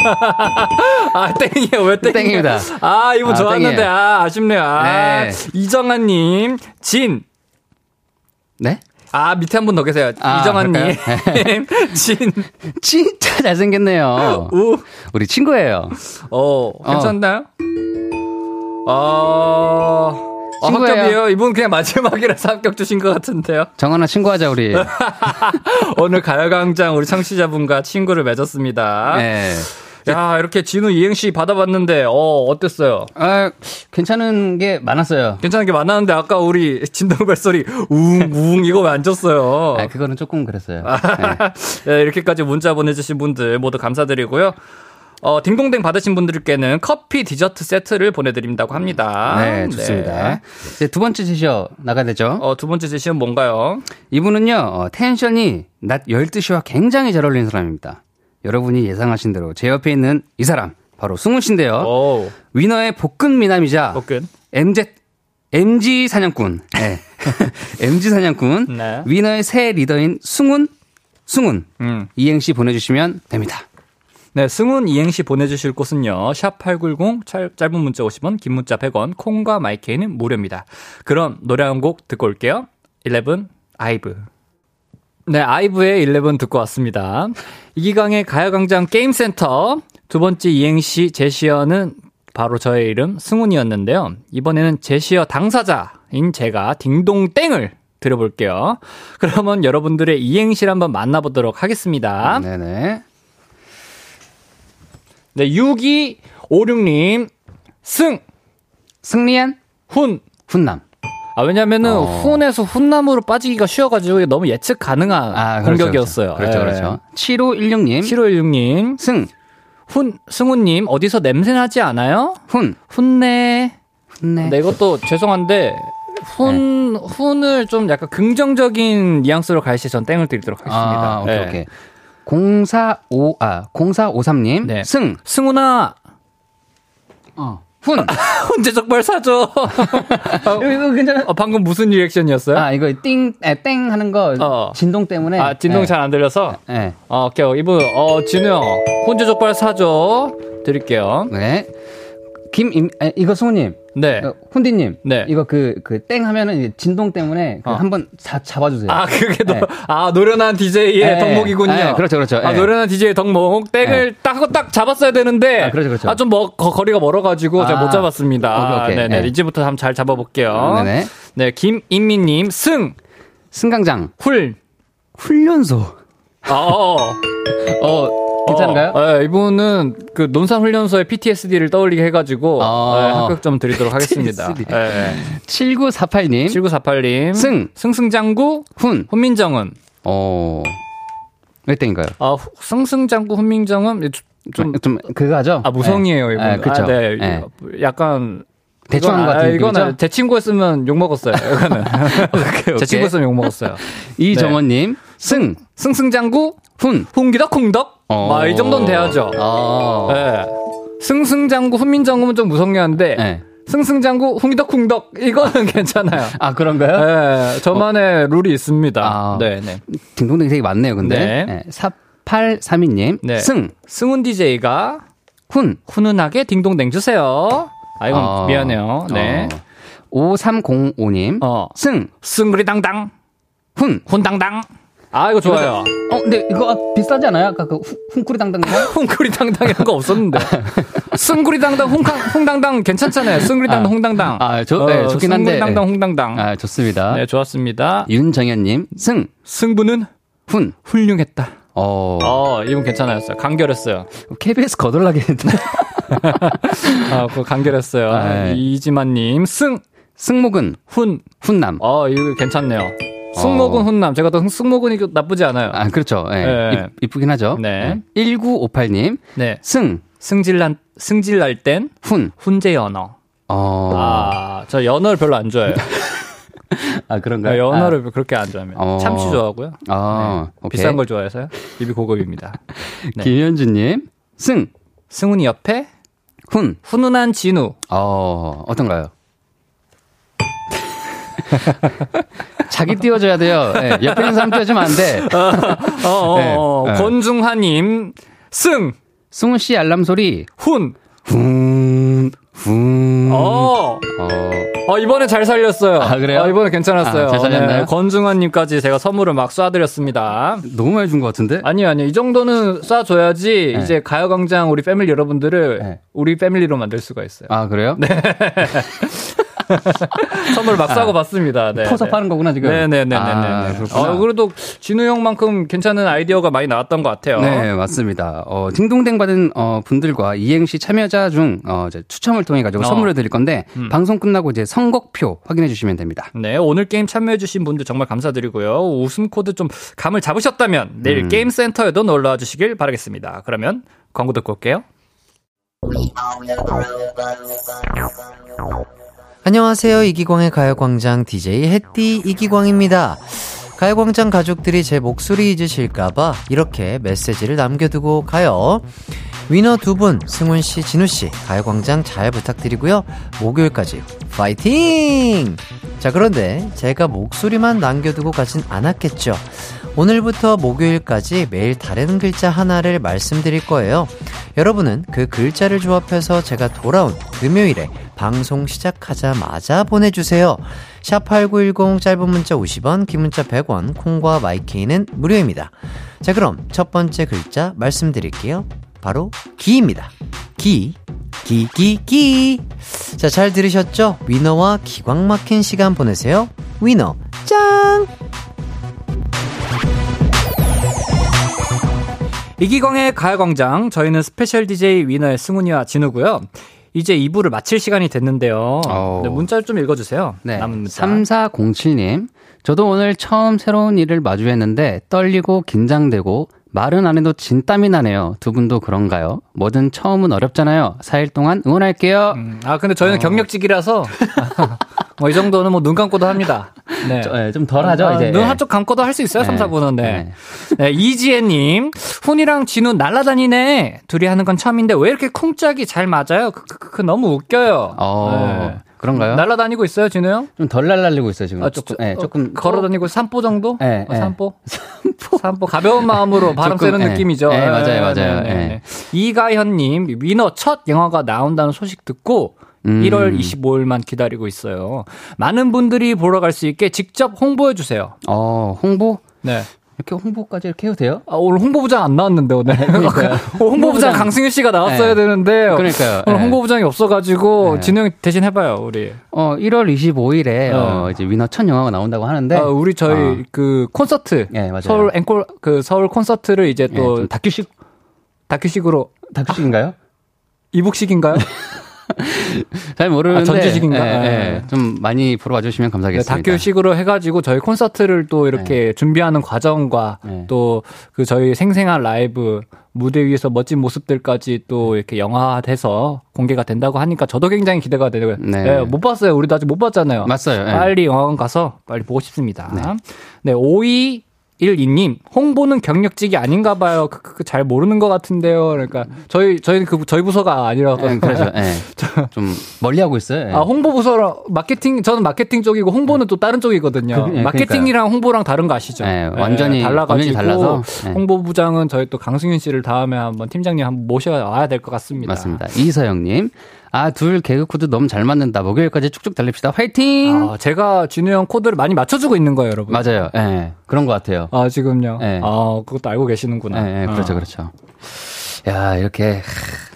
A: <laughs> 아, 땡이에요. 왜 땡이에요?
B: 땡입니다.
A: 아, 이분
B: 아,
A: 좋았는데,
B: 땡이에요.
A: 아, 아쉽네요. 아,
B: 네.
A: 이정아님, 진.
B: 네? <laughs>
A: 아 밑에 한 분 더 계세요. <laughs>
B: 아, 네.
A: 이정환님,
B: 진짜 잘생겼네요.
A: 진우어
B: 우리 친구예요. 어.
A: 괜찮나요? 어, 어
B: 친구예요.
A: 합격이에요. 이분 그냥 마지막이라서 합격 주신 것 같은데요.
B: 정원아
A: <laughs>
B: 친구하자, 우리.
A: 오늘 가요광장 우리 청취자분과 친구를 맺었습니다.
B: 예.
A: 야 이렇게 진우 이행시 받아봤는데 어 어땠어요?
B: 아, 괜찮은 게 많았어요.
A: 괜찮은 게 많았는데 아까 우리 진동벨 소리 웅웅 이거 왜 안 줬어요?
B: 아, 그거는 조금 그랬어요.
A: 네, <laughs> 이렇게까지 문자 보내주신 분들 모두 감사드리고요. 어, 딩동댕 받으신 분들께는 커피 디저트 세트를 보내드린다고 합니다.
B: 네, 좋습니다.
A: 네.
B: 이제 두 번째 제시어 나가야 되죠.
A: 어, 두 번째 제시는 뭔가요?
B: 이분은요, 어, 텐션이 낮 12시와 굉장히 잘 어울리는 사람입니다. 여러분이 예상하신 대로 제 옆에 있는 이 사람, 바로 승훈 씨인데요.
A: 오,
B: 위너의 복근 미남이자
A: 어. 복근.
B: MZ, MG 사냥꾼. 네. <laughs> MG 사냥꾼.
A: 네.
B: 위너의 새 리더인 승훈, 승훈.
A: 음.
B: 이행시 보내주시면 됩니다.
A: 네, 승훈 이행시 보내주실 곳은요. 샵8910 짧은 문자 50원, 긴 문자 100원, 콩과 마이케이는 무료입니다. 그럼 노래 한 곡 듣고 올게요. 11 아이브. 네, 아이브의 11 듣고 왔습니다. 이기광의 가야광장 게임센터 두 번째 이행시 제시어는 바로 저의 이름 승훈이었는데요. 이번에는 제시어 당사자인 제가 딩동땡을 들어볼게요. 그러면 여러분들의 이행시를 한번 만나보도록 하겠습니다.
B: 네네.
A: 네, 6256님, 승,
B: 승리한
A: 훈.
B: 훈남.
A: 아, 왜냐면은
B: 어.
A: 훈에서 훈남으로 빠지기가 쉬워가지고 이게 너무 예측 가능한 공격이었어요.
B: 아,
A: 네.
B: 그렇죠, 그렇죠. 음? 7516님.
A: 7516님,
B: 승,
A: 훈, 승훈님, 어디서 냄새나지 않아요?
B: 훈.
A: 훈내.
B: 훈내.
A: 네, 이것도 죄송한데, 훈,
B: 네.
A: 훈을 좀 약간 긍정적인 뉘앙스로 갈 시 전 땡을 드리도록 하겠습니다.
B: 아, 오케이,
A: 네.
B: 오케이. 045, 아, 0453님.
A: 네.
B: 승,
A: 승훈아, <laughs>
B: 어.
A: 아,
B: 훈.
A: 혼자 적발
B: <laughs>
A: 사줘.
B: 이거 괜찮아.
A: 어, 방금 무슨 리액션이었어요?
B: 아, 네. 이거 띵, 에, 땡 하는 거
A: 어.
B: 진동 때문에.
A: 아, 진동 잘 안 들려서?
B: 예. 예.
A: 어, 오케이. 이분, 어, 진우 형, 혼자 족발 사줘. 드릴게요.
B: 네. 김, 임, 에, 이거 승우님.
A: 네.
B: 어, 훈디님.
A: 네. 어.
B: 이거 그, 그, 땡 하면은 이제 진동 때문에 그 한번 자- 잡아주세요.
A: 아, <laughs> 그게 너,
B: 네.
A: 아, 노련한 DJ의
B: 네.
A: 덕목이군요.
B: 네, 그렇죠, 그렇죠.
A: 아,
B: 네.
A: 노련한 DJ의 덕목. 땡을 딱 하고 딱 잡았어야 되는데.
B: 아, 그렇죠, 그렇죠.
A: 아, 좀 뭐, 거, 리가 멀어가지고 제가
B: 아.
A: 못 잡았습니다.
B: 오케이, 오케이.
A: 네네.
B: 네.
A: 이제부터 한번 잘 잡아볼게요.
B: 네네.
A: 네, 김인미님, 승,
B: 승강장.
A: 훌.
B: 훈련소.
A: 아, 어.
B: 어, <laughs> 괜찮은가요?
A: 어, 예, 이분은 그 논산훈련소의 PTSD를 떠올리게 해가지고
B: 아.
A: 예, 합격점
B: <laughs>
A: 드리도록 하겠습니다.
B: PTSD.
A: 예, 예.
B: 7948님.
A: 7948님.
B: 승.
A: 승승장구,
B: 훈.
A: 훈민정음.
B: 어. 몇 땡인가요?
A: 아, 후- 승승장구, 훈민정음. 좀,
B: 좀 그거 하죠?
A: 아, 무성이에요,
B: 예.
A: 이분.
B: 예, 네. 그쵸.
A: 아, 네.
B: 예.
A: 약간.
B: 대충
A: 이건-
B: 한것
A: 아,
B: 같은
A: 이거는
B: 느낌이죠?
A: 제 친구였으면 욕먹었어요. 이거는. <laughs>
B: <laughs>
A: 제 친구였으면 욕먹었어요.
B: 네. 이정원님. 승.
A: 승승장구,
B: 훈.
A: 훈기덕쿵덕.
B: 어.
A: 아, 이 정도는 돼야죠.
B: 어.
A: 예. 승승장구, 훈민정음은 좀 무성의한데.
B: 예.
A: 승승장구, 훈기덕쿵덕. 이거는 <laughs> 괜찮아요.
B: 아, 그런가요?
A: 예, 저만의 룰이 있습니다.
B: 아.
A: 네, 네.
B: 딩동댕 되게 많네요, 근데.
A: 네.
B: 네. 4832님.
A: 네.
B: 승.
A: 승훈 DJ가
B: 훈.
A: 훈훈하게 딩동댕 주세요. 아, 이건
B: 어.
A: 미안해요. 네.
B: 어. 5305님.
A: 어.
B: 승.
A: 승그리당당,
B: 훈.
A: 훈당당. 아, 이거 좋아요. <laughs>
B: 어, 근데 이거 아, 비슷하지 않아요? 아까 그 훈- 훈꾸리당당.
A: 훈그리당당 이런 거 <laughs> 없었는데. 승그리당당, 훈강, 홍당당 괜찮잖아요. 승그리당당, 홍당당.
B: 아, 좋- 네, 좋긴 한데,
A: 어, 승그리당당,
B: 네.
A: 홍당당.
B: 아, 좋습니다.
A: 네, 좋았습니다.
B: 윤정현님. 승.
A: 승부는
B: 훈.
A: 훌륭했다.
B: 어.
A: 어, 이분 괜찮았어요. 간결했어요.
B: KBS 거덜나게
A: <laughs>
B: 했네.
A: 아, 네. 그거 간결했어요.
B: 아, 예.
A: 이지만님, 승,
B: 승목은
A: 훈,
B: 훈남.
A: 어, 이거 괜찮네요. 승모근
B: 어.
A: 훈남. 제가 또 승모근이 그- 나쁘지 않아요.
B: 아, 그렇죠. 예.
A: 예.
B: 이- 이쁘긴 하죠.
A: 네.
B: 1958님.
A: 네.
B: 승.
A: 승질난, 승질날 땐
B: 훈.
A: 훈제 연어.
B: 어.
A: 아, 저 연어를 별로 안
B: <laughs>
A: 좋아해요.
B: 아,
A: 네,
B: 그런가요?
A: 연어를 그렇게 안 좋아합니다.
B: 어.
A: 참치 좋아하고요.
B: 아, 오케이.
A: 비싼 걸 좋아해서요. 입이 고급입니다.
B: <laughs>
A: 네.
B: 김현주님. 승.
A: 승훈이 옆에
B: 훈.
A: 훈훈한 진우.
B: 어,
A: <laughs>
B: 어떤가요? 자기 띄워줘야 돼요. 예, 옆에 있는 사람 띄워주면 안 돼.
A: 어, 어, 어.
B: 네.
A: 권중하님. 승,
B: 승우 씨 알람 소리.
A: 훈.
B: 훈, 훈.
A: 어.
B: 어,
A: 어, 이번에 잘 살렸어요.
B: 음. 아, 그래요?
A: 어, 이번에 괜찮았어요. 네.
B: 아, 잘 살렸나요?
A: 권중환님까지 제가 선물을 막 쏴드렸습니다.
B: 너무 많이 준 것 같은데?
A: 아니요, 아니요. 이 정도는 쏴줘야지 이제 가요광장 우리 패밀리 여러분들을
B: 네.
A: 우리 패밀리로 만들 수가 있어요.
B: 아, 그래요?
A: 선물 막 쏴고 봤습니다. 네,
B: 퍼서
A: 네.
B: 파는 아, 거구나, 지금.
A: 네네네네.
B: 아, 그렇구나.
A: 어, 그래도 진우 형만큼 괜찮은 아이디어가 많이 나왔던 것 같아요.
B: 네, 맞습니다. 어, 딩동댕 받은 어, 분들과 이행시 참여자 중 어, 이제 추첨을 통해 가지고
A: 어.
B: 선물을 드릴 건데 방송 끝나고 이제 선곡표 확인해 주시면 됩니다.
A: 네, 오늘 게임 참여해주신 분들 정말 감사드리고요. 웃음 코드 좀 감을 잡으셨다면 내일 게임 센터에도 놀러 와 주시길 바라겠습니다. 그러면 광고 듣고 올게요.
F: 안녕하세요. 이기광의 가요광장 DJ 해띠 이기광입니다. 가요광장 가족들이 제 목소리 잊으실까봐 이렇게 메시지를 남겨두고 가요. 위너 두 분, 승훈씨, 진우씨, 가요광장 잘 부탁드리고요. 목요일까지 파이팅! 자, 그런데 제가 목소리만 남겨두고 가진 않았겠죠. 오늘부터 목요일까지 매일 다른 글자 하나를 말씀드릴 거예요. 여러분은 그 글자를 조합해서 제가 돌아온 금요일에 방송 시작하자마자 보내주세요. 샵8910 짧은 문자 50원, 긴 문자 100원, 콩과 마이케이는 무료입니다. 자, 그럼 첫 번째 글자 말씀드릴게요. 바로 기입니다. 기, 기, 기, 기. 자, 잘 들으셨죠? 위너와 기광 막힌 시간 보내세요. 위너, 짱!
A: 이기광의 가요광장 저희는 스페셜 DJ 위너의 승훈이와 진우고요. 이제 2부를 마칠 시간이 됐는데요.
B: 어.
A: 네, 문자를 좀 읽어주세요.
B: 네.
A: 남은 문자.
B: 3407님. 저도 오늘 처음 새로운 일을 마주했는데 떨리고 긴장되고 말은 안 해도 진땀이 나네요. 두 분도 그런가요? 뭐든 처음은 어렵잖아요. 4일 동안 응원할게요.
A: 음, 아 근데
B: 어.
A: 저희는
B: <laughs>
A: 경력직이라서 뭐 이 정도는 뭐 눈 감고도 합니다. 네.
B: 예, 좀 덜하죠,
A: 아,
B: 이제.
A: 눈 한쪽 감고도 할 수 있어요,
B: 네.
A: 3, 4분은. 네.
B: 네.
A: 네, 이지혜님. 훈이랑 진우 날아다니네. 둘이 하는 건 처음인데 왜 이렇게 쿵짝이 잘 맞아요? 크크크 너무 웃겨요.
B: 어,
A: 네.
B: 그런가요?
A: 날아다니고 있어요, 진우 형?
B: 좀 덜 날라리고 있어요, 지금.
A: 아, 조금,
B: 예, 조금.
A: 걸어다니고 산보 정도?
B: 네,
A: 어,
B: 네.
A: 산보? 산보? 가벼운 마음으로 바람
B: 조금,
A: 쐬는
B: 네.
A: 느낌이죠.
B: 네,
A: 예,
B: 맞아요,
A: 네,
B: 맞아요.
A: 네, 네,
B: 예.
A: 네. 이가현님, 위너 첫 영화가 나온다는 소식 듣고
B: 음.
A: 1월 25일만 기다리고 있어요. 많은 분들이 보러 갈 수 있게 직접 홍보해주세요.
B: 어, 홍보?
A: 네.
B: 이렇게 홍보까지 이렇게 해도 돼요?
A: 아, 오늘 홍보부장 안 나왔는데 오늘 <laughs> 홍보부장 강승윤 씨가 나왔어야
B: 네.
A: 되는데
B: 그러니까요. 예.
A: 오늘
B: 네.
A: 홍보부장이 없어가지고 진영이 대신 해봐요 우리
B: 어, 1월 25일에 어, 이제 위너 첫 영화가 나온다고 하는데.
A: 아, 우리 저희
B: 어.
A: 그 콘서트
B: 예, 맞아요.
A: 서울 앵콜 그 서울 콘서트를 이제
B: 예,
A: 또
B: 좀 다큐식
A: 다큐식으로
B: 다큐식인가요?
A: 이북식인가요?
B: <laughs> 네, 잘 모르는데
A: 아, 전주식인가?
B: 예, 예.
A: 아.
B: 좀 많이 보러 와주시면
A: 네,
B: 감사하겠습니다.
A: 다큐식으로 해가지고 저희 콘서트를 또 이렇게 준비하는 과정과
B: 네.
A: 또 그 저희 생생한 라이브 무대 위에서 멋진 모습들까지
B: 네.
A: 또 이렇게 영화돼서 공개가 된다고 하니까 저도 굉장히 기대가 되고요. 네.
B: 네.
A: 못 봤어요. 우리도 아직 못 봤잖아요.
B: 맞아요. 예.
A: 빨리 영화관 가서 빨리 보고 싶습니다. 네, 5212님, 홍보는 경력직이 아닌가 봐요. 그, 그, 그, 잘 모르는 것 같은데요. 그러니까 저희, 저희는 그, 저희 부서가 아니라서.
B: 예, 그렇죠.
A: <laughs>
B: 예. 좀 멀리 하고 있어요. 예.
A: 아, 홍보 부서로 마케팅 저는 마케팅 쪽이고 홍보는 또 다른 쪽이거든요.
B: 그, 예,
A: 마케팅이랑 홍보랑 다른 거 아시죠?
B: 예,
A: 예,
B: 완전히, 완전히 달라서, 예.
A: 홍보 부장은 저희 또 강승윤 씨를 다음에 한번 팀장님 한번 모셔와야 될 것 같습니다.
B: 맞습니다. 이서영님, 아 둘 개그 코드 너무 잘 맞는다. 목요일까지 쭉쭉 달립시다. 화이팅!
A: 아, 제가 진우 형 코드를 많이 맞춰주고 있는 거예요, 여러분.
B: 맞아요. 예, 그런 것 같아요.
A: 아, 지금요.
B: 예.
A: 아, 그것도 알고 계시는구나.
B: 예, 예, 그렇죠,
A: 어.
B: 그렇죠. 야 이렇게 하,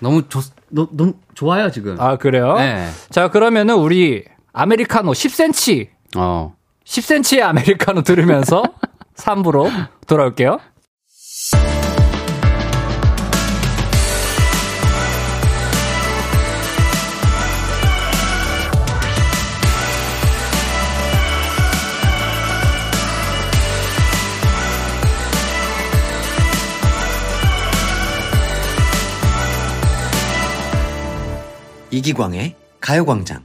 B: 너무 좋, 너, 너무 좋아요 지금.
A: 아, 그래요?
B: 예.
A: 자, 그러면은 우리 아메리카노 10cm,
B: 어.
A: 10cm의 아메리카노
B: <laughs>
A: 들으면서 3부로 돌아올게요.
F: 이기광의 가요광장.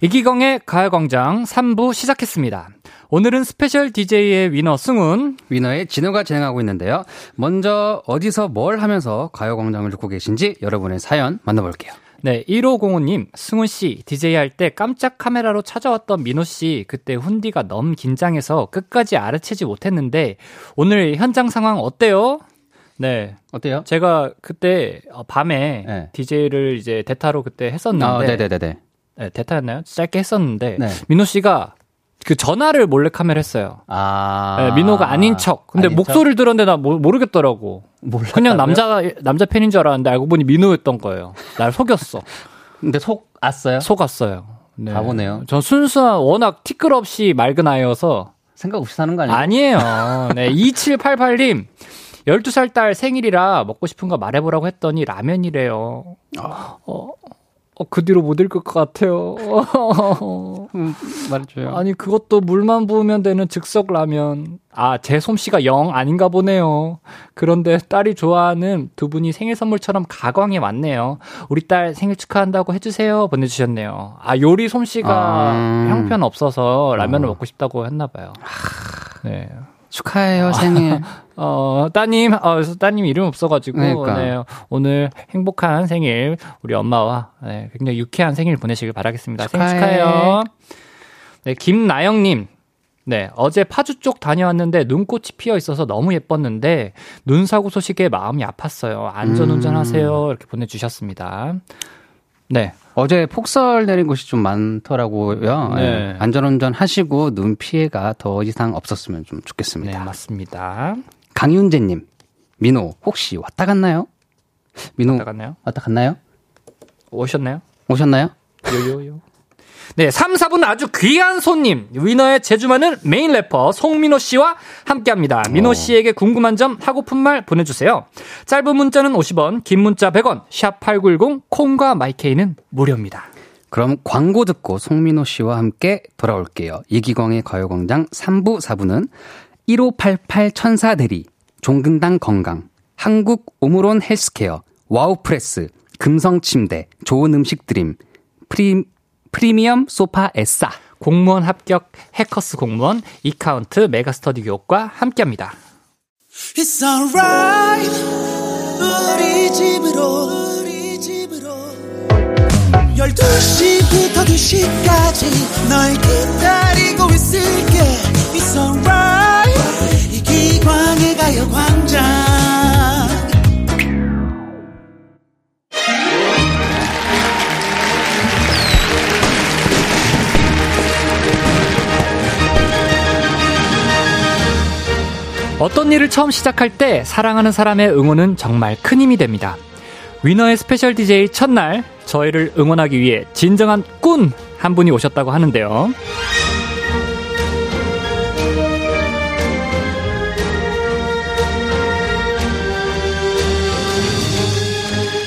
A: 이기광의 가요광장 3부 시작했습니다. 오늘은 스페셜 DJ의 위너 승훈.
B: 위너의 진우가 진행하고 있는데요. 먼저 어디서 뭘 하면서 가요광장을 듣고 계신지 여러분의 사연 만나볼게요.
A: 네, 1505님, 승훈씨, DJ 할 때 깜짝 카메라로 찾아왔던 민호씨, 그때 훈디가 너무 긴장해서 끝까지 알아채지 못했는데, 오늘 현장 상황 어때요? 네,
B: 어때요?
A: 제가 그때 어, 밤에
B: 네.
A: DJ를 이제 대타로 그때
B: 아,
A: 했었는데,
B: 네네네네.
A: 네, 대타였나요? 짧게 했었는데,
B: 네.
A: 민호씨가 그 전화를 몰래 카메라 했어요.
B: 아.
A: 네, 민호가 아닌 척. 근데
B: 아닌
A: 목소리를 들었는데 나 모, 모르겠더라고.
B: 몰랐다고요?
A: 그냥 남자 남자 팬인 줄 알았는데 알고 보니 민호였던 거예요. 날
B: <laughs>
A: 속였어.
B: 근데 속 았어요?
A: 속았어요. 네.
B: 바보네요.
A: 전 순수한 워낙 티끌 없이 맑은 아이여서
B: 생각 없이 사는 거 아니에요?
A: 아니에요. 네, 2788님. 12살 딸 생일이라 먹고 싶은 거 말해보라고 했더니 라면이래요. 어, 어, 그 뒤로 못 읽을 것
B: <laughs>
A: 같아요.
B: 음, 말해줘요.
A: 아니 그것도 물만 부으면 되는 즉석 라면. 아 제 솜씨가 영 아닌가 보네요. 그런데 딸이 좋아하는 두 분이 생일 선물처럼 가광에 왔네요. 우리 딸 생일 축하한다고 해주세요 보내주셨네요. 아 요리 솜씨가
B: 아.
A: 형편 없어서 라면을 먹고 싶다고 했나봐요. 네.
B: 축하해요, 생일.
A: 어 따님 어 그래서 따님 이름 없어가지고
B: 그러니까.
A: 네, 오늘 행복한 생일 우리 엄마와 네, 굉장히 유쾌한 생일 보내시길 바라겠습니다. 생일
B: 축하해.
A: 축하해요. 네, 김나영님. 네, 어제 파주 쪽 다녀왔는데 눈꽃이 피어 있어서 너무 예뻤는데 눈 사고 소식에 마음이 아팠어요. 안전 운전하세요.
B: 음.
A: 이렇게 보내주셨습니다. 네,
B: 어제 폭설 내린 곳이 좀 많더라고요.
A: 네.
B: 예. 안전운전 하시고 눈 피해가 더 이상 없었으면 좀
A: 네
B: 좋겠습니다.
A: 맞습니다.
B: 강윤재님, 민호 혹시 왔다 갔나요? 민호
A: 왔다 갔나요?
B: 왔다 갔나요?
A: 오셨나요?
B: 오셨나요?
A: 요요요. 네, 3, 4분 아주 귀한 손님, 위너의 제주만은 메인 래퍼 송민호 씨와 함께 합니다. 민호 씨에게 궁금한 점, 하고픈 말 보내주세요. 짧은 문자는 50원, 긴 문자 100원, 샵8910, 콩과 마이케이는 무료입니다.
B: 그럼 광고 듣고 송민호 씨와 함께 돌아올게요. 이기광의 가요광장 3부 4부는 1588 천사대리, 종근당 건강, 한국 오므론 헬스케어, 와우프레스, 금성침대, 좋은 음식 드림, 프리, 프리미엄 소파 에싸.
A: 공무원 합격, 해커스 공무원, 이카운트, 메가스터디 교육과 함께 합니다.
G: It's alright 우리 집으로 우리 집으로 12시부터 2시까지 널 기다리고 있을게 It's alright 이기광의 가요광장
A: 어떤 일을 처음 시작할 때 사랑하는 사람의 응원은 정말 큰 힘이 됩니다. 위너의 스페셜 DJ 첫날 저희를 응원하기 위해 진정한 꾼 한 분이 오셨다고 하는데요. <laughs>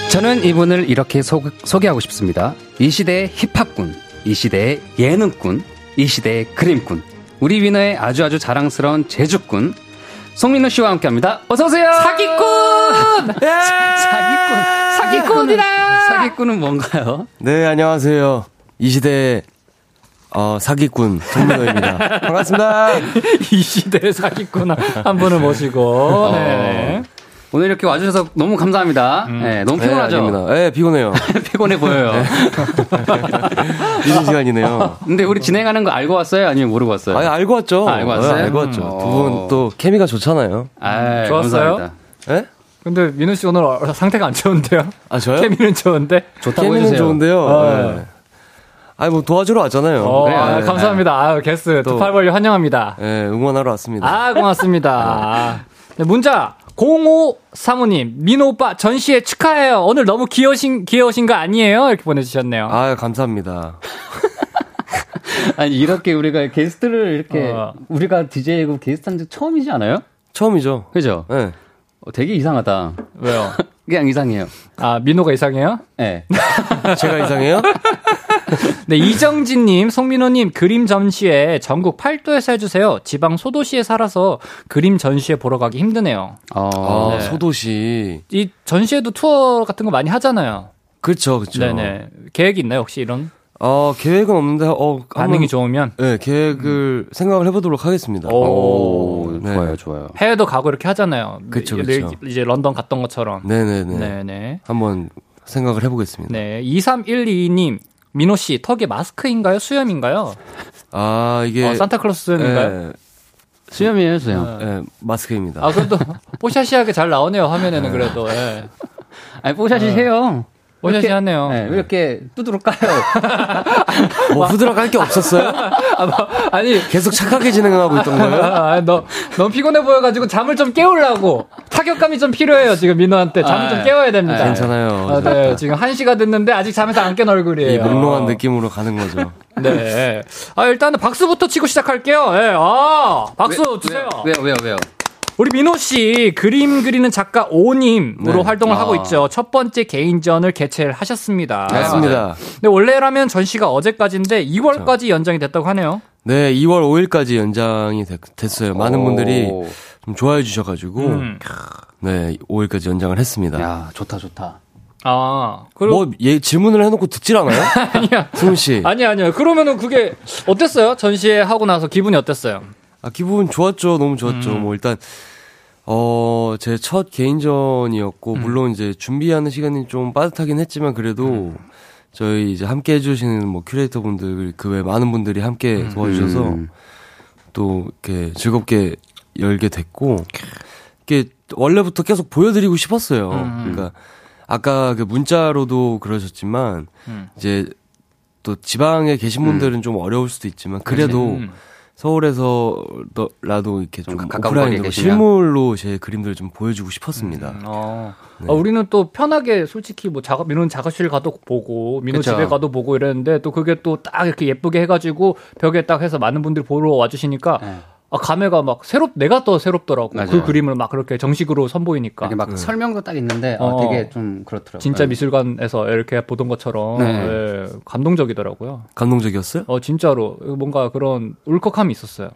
B: 저는 이분을 이렇게 소, 개하고 싶습니다. 이 시대의 힙합군, 이 시대의 예능군, 이 시대의 그림군, 우리 위너의 아주 아주 자랑스러운 제주군, 송민호 씨와 함께 합니다. 어서오세요! <laughs>
A: 사기꾼!
B: 사기꾼!
A: 사기꾼이다!
B: 사기꾼은 뭔가요?
H: 네, 안녕하세요. 이 시대의 어, 사기꾼
B: <laughs>
H: 송민호입니다. 반갑습니다.
A: 이 시대의 사기꾼 한 분을 모시고.
B: 어.
A: 네.
B: 오늘 이렇게 와주셔서 너무 감사합니다. 네, 너무
H: 네,
B: 피곤하죠?
H: 아닙니다. 네, 피곤해요.
B: <laughs> 피곤해 보여요. <laughs>
H: 늦은 시간이네요.
B: 근데 우리 진행하는 거 알고 왔어요? 아니면 모르고 왔어요?
H: 아, 알고 왔죠.
B: 아, 알고 왔어요?
H: 네, 알고 왔죠.
B: 음.
H: 두 분 또 케미가 좋잖아요.
B: 아이,
A: 좋았어요?
B: 감사합니다.
H: 예?
A: 근데 민우 씨 오늘 어- 상태가 안 좋은데요?
H: 아, 저요?
A: 케미는 좋은데?
B: 네? 좋다고
H: 케미는
B: 해주세요. 아, 네.
H: 좋은데요.
A: 어.
H: 예. 아니, 뭐 도와주러 왔잖아요.
A: 어,
B: 그래요.
A: 아, 감사합니다. 아유, 게스트
H: 또-
A: 두팔벌리 환영합니다.
H: 예, 응원하러 왔습니다.
A: 아, 고맙습니다. 네, 문자 0535님, 민호 오빠 전시회 축하해요. 오늘 너무 귀여우신, 귀여우신 거 아니에요? 이렇게 보내주셨네요.
H: 아, 감사합니다.
B: 아니, 이렇게 우리가 게스트를 이렇게,
A: 어.
B: 우리가 DJ고 게스트 한 적 처음이지 않아요?
H: 처음이죠.
B: 그죠?
H: 예.
B: 어, 되게 이상하다.
A: 왜요?
B: 그냥 이상해요.
A: 아, 민호가 이상해요?
B: 예.
H: 제가 이상해요?
A: 네, 이정진님, 송민호님, 그림 전시회 전국 8도에서 해주세요. 지방 소도시에 살아서 그림 전시회 보러 가기 힘드네요.
B: 어,
H: 아,
A: 네.
H: 소도시.
A: 이 전시회도 투어 같은 거 많이 하잖아요.
H: 그렇죠, 그렇죠.
A: 네네. 계획이 있나요, 혹시 이런?
H: 어, 계획은 없는데 어, 한번-
A: 반응이 좋으면?
H: 예, 계획을 생각을 해 보도록 하겠습니다.
A: 음. 오.
B: 오,
H: 네.
B: 좋아요, 좋아요.
A: 해외도 가고 이렇게 하잖아요.
H: 그쵸, 그쵸.
A: 이제 런던 갔던 것처럼.
H: 네, 네, 네.
A: 네네.
H: 한번 생각을 해보겠습니다.
A: 네, 2312님. 민호 씨, 턱에 마스크인가요? 수염인가요?
H: 아 이게
A: 어, 산타클로스 수염인가요? 어.
H: 예,
B: 수염이에요, 수염.
H: 예, 마스크입니다.
A: 아, 그래도 <laughs> 뽀샤시하게 잘 나오네요, 화면에는 그래도. 예.
B: 아니, 뽀샤시 해요.
A: 뽀샤시하네요.
B: 네,
H: 예.
B: 왜 이렇게
A: <laughs>
B: 두드러 까요?
H: 뭐 후드락 할 게 없었어요?
A: 아니,
H: 계속 착하게 진행하고 있던 거예요?
A: 아, 아, 너, 너무 피곤해 보여가지고 잠을 좀 깨우려고. 타격감이 좀 필요해요, 지금 민호한테. 잠을
B: 아,
A: 좀
B: 예.
A: 깨워야 됩니다.
H: 아, 괜찮아요.
A: 아, 예. 네, 지금 1시가 됐는데 아직 잠에서 안 깬
H: 이
A: 얼굴이에요.
H: 몽롱한 느낌으로 가는 거죠.
A: 네. 아, 일단은 박수부터 치고 시작할게요. 예, 아, 박수 주세요.
B: 네. 왜요, 왜요, 왜요?
A: 우리 민호 씨 그림 그리는 작가 오님으로
H: 네.
A: 활동을
B: 아.
A: 하고 있죠. 첫 번째 개인전을 개최를 하셨습니다.
H: 맞습니다.
A: 근데 원래라면 전시가 어제까지인데 2월까지 연장이 됐다고 하네요.
H: 네, 2월 5일까지 연장이 됐, 어요 많은 분들이
B: 오.
H: 좀 좋아해 주셔가지고
A: 음.
H: 네, 5일까지 연장을 했습니다.
B: 야, 좋다, 좋다.
A: 아 그리고
H: 뭐 얘 질문을 해놓고 듣질 않아요?
A: <laughs> 아니야.
H: 승훈 씨,
A: 아니 아니요. 그러면은 그게 어땠어요? 전시회 하고 나서 기분이 어땠어요?
H: 아, 기분 좋았죠. 너무 좋았죠. 뭐 일단 어, 제 첫
B: 음.
H: 개인전이었고 물론 이제 준비하는 시간이 좀 빠듯하긴 했지만 그래도
B: 음. 음.
H: 저희 이제 함께 해 주시는 뭐 큐레이터 분들 그 외 많은 분들이 함께 도와주셔서 또 이렇게 즐겁게 열게 됐고 이게 원래부터 계속 보여드리고 싶었어요.
B: 음.
H: 그러니까 아까 그 문자로도 그러셨지만
B: 음.
H: 이제 또 지방에 계신 분들은 좀 어려울 수도 있지만 그래도 서울에서라도 이렇게 좀,
B: 음. 좀 가까운 거리에
H: 오프라인으로
B: 계시면.
H: 실물로 제 그림들을 좀 보여주고 싶었습니다.
A: 어. 아, 우리는 또 편하게 솔직히 뭐 작업 민호는 작업실 가도 보고 민호
B: 그쵸.
A: 집에 가도 보고 이랬는데 또 그게 또 딱 이렇게 예쁘게 해가지고 벽에 딱 해서 많은 분들이 보러 와주시니까
B: 네.
A: 아, 감회가 막 새롭 내가 더 새롭더라고
B: 맞아요.
A: 그 그림을 막 그렇게 정식으로 선보이니까
B: 이렇게 막 설명도 딱 있는데 어,
A: 어.
B: 되게 좀 그렇더라고요.
A: 진짜 미술관에서 이렇게 보던 것처럼
B: 네.
A: 예, 감동적이더라고요.
H: 감동적이었어요?
A: 어 진짜로 뭔가 그런 울컥함이 있었어요.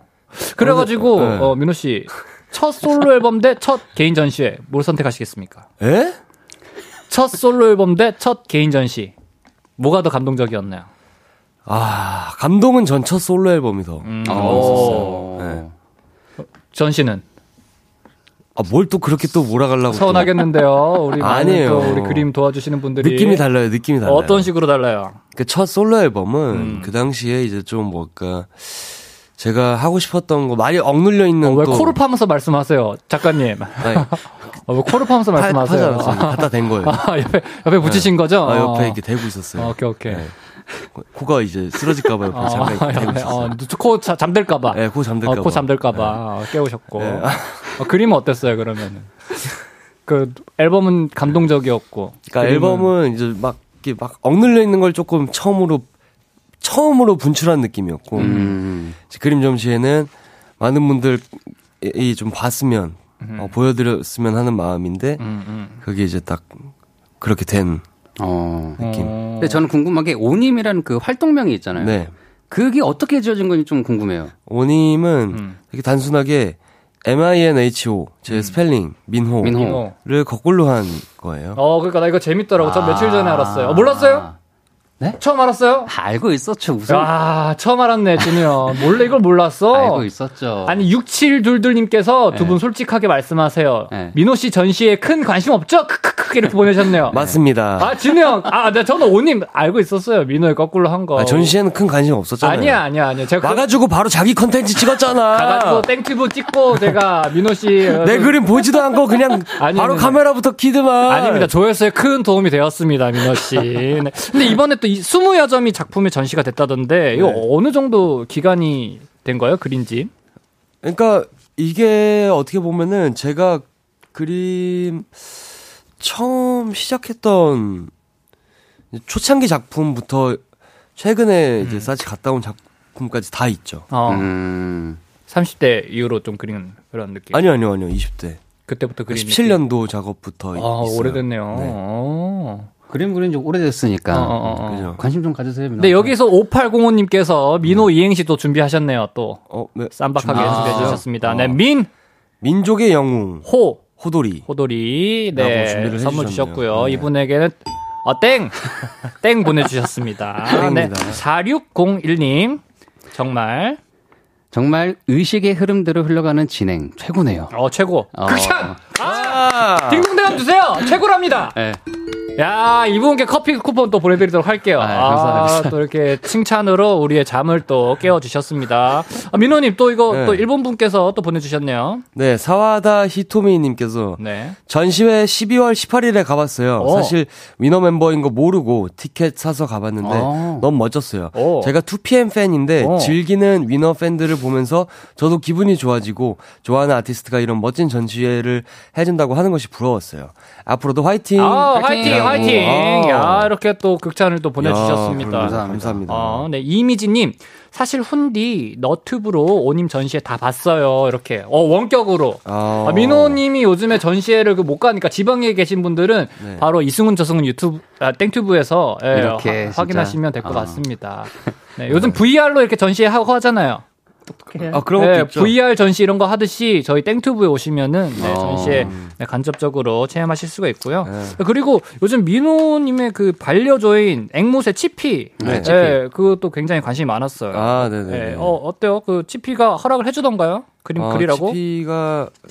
A: 그래가지고
H: 네.
A: 어, 민호 씨 첫 솔로 앨범 대 첫 개인 전시회 뭘 선택하시겠습니까?
H: 에?
A: 첫 솔로 앨범 대 첫 개인 전시 뭐가 더 감동적이었나요?
H: 아 감동은 전 첫 솔로 아, 앨범이 더.
A: 음.
B: 어.
H: 네.
A: 전시는
H: 아뭘 또 그렇게 또 몰아가려고. 또.
A: 서운하겠는데요. 우리 많은
H: 아니에요.
A: 또 우리 그림 도와주시는 분들이
H: 느낌이 달라요. 느낌이 달라요.
A: 어떤 음. 식으로 달라요?
H: 그 첫 솔로 앨범은 그 당시에 이제 좀 뭘까 제가 하고 싶었던 거 많이 억눌려 있는
A: 어, 왜
H: 또
A: 코를 파면서 말씀하세요, 작가님?
H: <laughs> 아니,
A: 어, 왜 코를 파면서
H: 파-
A: <laughs>
H: 파지
A: 말씀하세요?
H: 않았어요. 갖다 댄 거예요.
A: 아, 옆에 옆에 붙이신 거죠?
H: 아, 옆에
A: 어.
H: 이렇게 대고 있었어요.
A: 어, 오케이 오케이.
H: 네. 코- 코가 이제 쓰러질까 봐요.
A: 어,
H: 잠깐 이렇게 대고
A: 어,
H: 있었어요.
A: 코 자- 잠들까봐.
H: 네, 코 잠들까봐. 네.
A: 어, 코 잠들까봐 아, 깨우셨고. 어, 그림은 어땠어요 그러면? 그 앨범은 감동적이었고.
H: 그러니까
A: 그림은-
H: 앨범은 이제 막 이렇게 막 억눌려 있는 걸 조금 처음으로 처음으로 분출한 느낌이었고
B: 음.
A: 음.
H: 이제 그림 점시에는 많은 분들이 좀 봤으면
A: 음.
H: 어, 보여드렸으면 하는 마음인데 그게 이제 딱 그렇게 된
B: 어.
H: 느낌.
B: 근데 저는 궁금한 게 오님이라는 그 활동명이
A: 어.
B: 있잖아요.
H: 네.
B: 그게 어떻게 지어진 건지 좀 궁금해요.
H: 오님은
A: 음.
H: 되게 단순하게 M I N H O 제 스펠링 민호
B: 민호.
H: 를 거꾸로 한 거예요.
A: 어, 그러니까 나 이거 재밌더라고.
B: 아.
A: 저 며칠
H: 아.
A: 전에 알았어요. 어, 몰랐어요?
B: 네?
A: 처음 알았어요?
B: 아, 알고 있었죠. 무슨
A: 아, 처음 알았네, 준이 형. 몰래 이걸 몰랐어?
B: 알고 있었죠.
A: 아니 6722님께서
H: 네.
A: 두 분 솔직하게 말씀하세요.
B: 네.
A: 민호 씨 전시에 큰 관심 없죠? 크크크 이렇게 보내셨네요.
H: 맞습니다.
A: 아, 진우 형. 아, 네, 저는 오님 알고 있었어요. 민호의 거꾸로 한 거.
H: 아, 전시에는 큰 관심 없었잖아요.
A: 아니야, 아니야, 아니야. 제가 그-
H: 와가지고 바로 자기 컨텐츠 찍었잖아.
A: 가가지고 땡튜브 찍고 제가 민호 씨. 어,
H: <laughs> 내
A: 그-
H: 그림 보지도 않고 그냥
A: <laughs> 아니,
H: 바로
A: 아니.
H: 카메라부터 키드만.
A: 아닙니다. 조회수에 큰 도움이 되었습니다, 민호 씨. 네. 근데 이번에 또 이 20여 점이 작품에 전시가 됐다던데, 이거
H: 네.
A: 어느 정도 기간이 된 거예요, 그린지?
H: 그러니까 이게 어떻게 보면은 제가 그림 처음 시작했던 초창기 작품부터 최근에
A: 음.
H: 이제 싸지 갔다 온 작품까지 다 있죠.
A: 어,
B: 음.
A: 30대 이후로 좀 그리는 그런 느낌.
H: 아니요, 아니요, 아니요. 20대.
A: 예. 그때부터 그린. 느낌.
H: 17년도 작업부터
A: 아,
H: 있어요.
A: 오래됐네요.
H: 네.
A: 어.
B: 그림 그린 지 오래됐으니까
A: 어, 어, 어.
H: 아, 그죠.
B: 관심 좀 가지세요.
A: 근데 여기서 5805님께서
H: 음.
A: 민호 이행시 또 준비하셨네요, 또.
H: 어, 네.
A: 쌈박하게
H: 준비-
A: 연습해 주셨습니다.
H: 어.
A: 네, 민,
H: 민족의 영웅
A: 호,
H: 호돌이.
A: 호돌이
H: 라고
A: 네
H: 준비를
A: 선물
H: 해주셨네요.
A: 주셨고요.
H: 네.
A: 이분에게는 어,
H: <laughs>
A: 땡! 땡 보내주셨습니다. 네.
H: 땡입니다.
A: 4601님. 정말,
B: 정말 의식의 흐름대로 흘러가는 진행 최고네요.
A: 어, 최고.
B: 어.
A: 극찬!
H: 아!
A: 딩동댕 주세요! 최고랍니다!
B: 네.
A: 야, 이분께 커피 쿠폰 또 보내드리도록 할게요.
H: 네,
B: 아,
A: 아,
B: 감사합니다.
A: 또 이렇게 칭찬으로 우리의 잠을 또 깨워주셨습니다. 아, 민호님, 또 이거
H: 네.
A: 또 일본 분께서 또 보내주셨네요.
H: 네, 사와다 히토미 님께서
A: 네.
H: 전시회 12월 18일에 가봤어요.
A: 어.
H: 사실 위너 멤버인 거 모르고 티켓 사서 가봤는데
B: 어.
H: 너무 멋졌어요.
A: 아. 어.
H: 제가 2PM 팬인데
A: 어.
H: 즐기는 위너 팬들을 보면서 저도 기분이 좋아지고 좋아하는 아티스트가 이런 멋진 전시회를 해준다고 하는 것이 부러웠어요. 앞으로도 화이팅!
A: 아, 화이팅, 화이팅!
H: 아.
A: 야, 이렇게 또 극찬을 또 보내주셨습니다.
H: 야, 감사합니다. 감사합니다.
A: 어, 네. 이미지님, 사실 훈디 너튜브로 오님 전시회 다 봤어요. 이렇게. 어, 원격으로.
H: 아.
A: 아, 민호님이 요즘에 전시회를 그 못 가니까 지방에 계신 분들은
H: 네.
A: 바로 이승훈 저승훈 유튜브, 아, 땡튜브에서 예, 화-
B: 이렇게 진짜.
A: 확인하시면 될 것
B: 아.
A: 같습니다. 네, 요즘 VR로 이렇게 전시회하고 하잖아요.
H: 아, 그런 것도
A: 네,
H: 있죠. 아.
A: VR 전시 이런 거 하듯이 저희 땡튜브에 오시면은 네,
B: 어.
A: 전시에 네, 간접적으로 체험하실 수가 있고요.
H: 네.
A: 그리고 요즘 민호님의 그 반려조인 앵무새 치피, 네, 그것도 굉장히 관심이 많았어요.
H: 아, 네네.
A: 네, 어 어때요? 그 치피가 허락을 해주던가요? 그림 그리라고?
H: 치피가 아,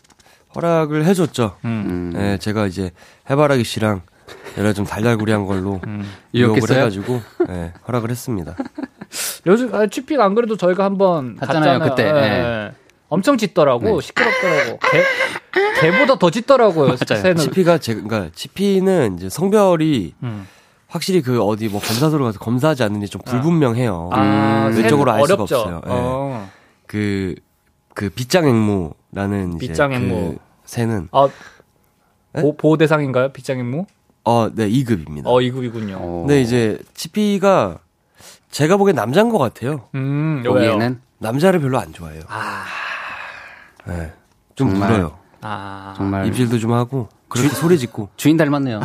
H: 허락을 해줬죠.
A: 음.
H: 네, 제가 이제 해바라기 씨랑
A: 음.
H: 여러 좀 달달구리한 걸로 유혹을 예,
A: <laughs>
B: 유혹했어요?
H: 해가지고 네, 허락을 했습니다.
A: 요즘 아, 취픽 안 그래도 저희가 한번 네.
B: 갔잖아요, 그때. 예.
A: 엄청 짖더라고
H: 네.
A: 시끄럽더라고 개, 개보다 더
B: <laughs>
A: 짖더라고요 새는
H: 치피가 제 그러니까 치피는 이제 성별이
A: 음.
H: 확실히 그 어디 뭐 검사소로 가서 검사하지 않는지 좀 불분명해요.
A: 아, 새는
H: 외적으로 알 수가
A: 어렵죠.
H: 음, 없어요. 예.
A: 어.
H: 그, 그 빗장앵무라는 이제
A: 빗장앵무.
H: 그 새는
A: 아,
H: 네?
A: 보, 보호 대상인가요 빗장인무?
H: 어, 네, 2급입니다.
A: 어 이급이군요.
H: 근데 이제 치피가 제가 보기엔 남자인 것 같아요.
A: 음 왜요?
B: 여기에는
H: 남자를 별로 안 좋아해요. 네, 좀
B: 정말.
H: 울어요.
A: 아
B: 정말
H: 입질도 좀 하고 그렇게 소리 짓고
B: 주인 닮았네요.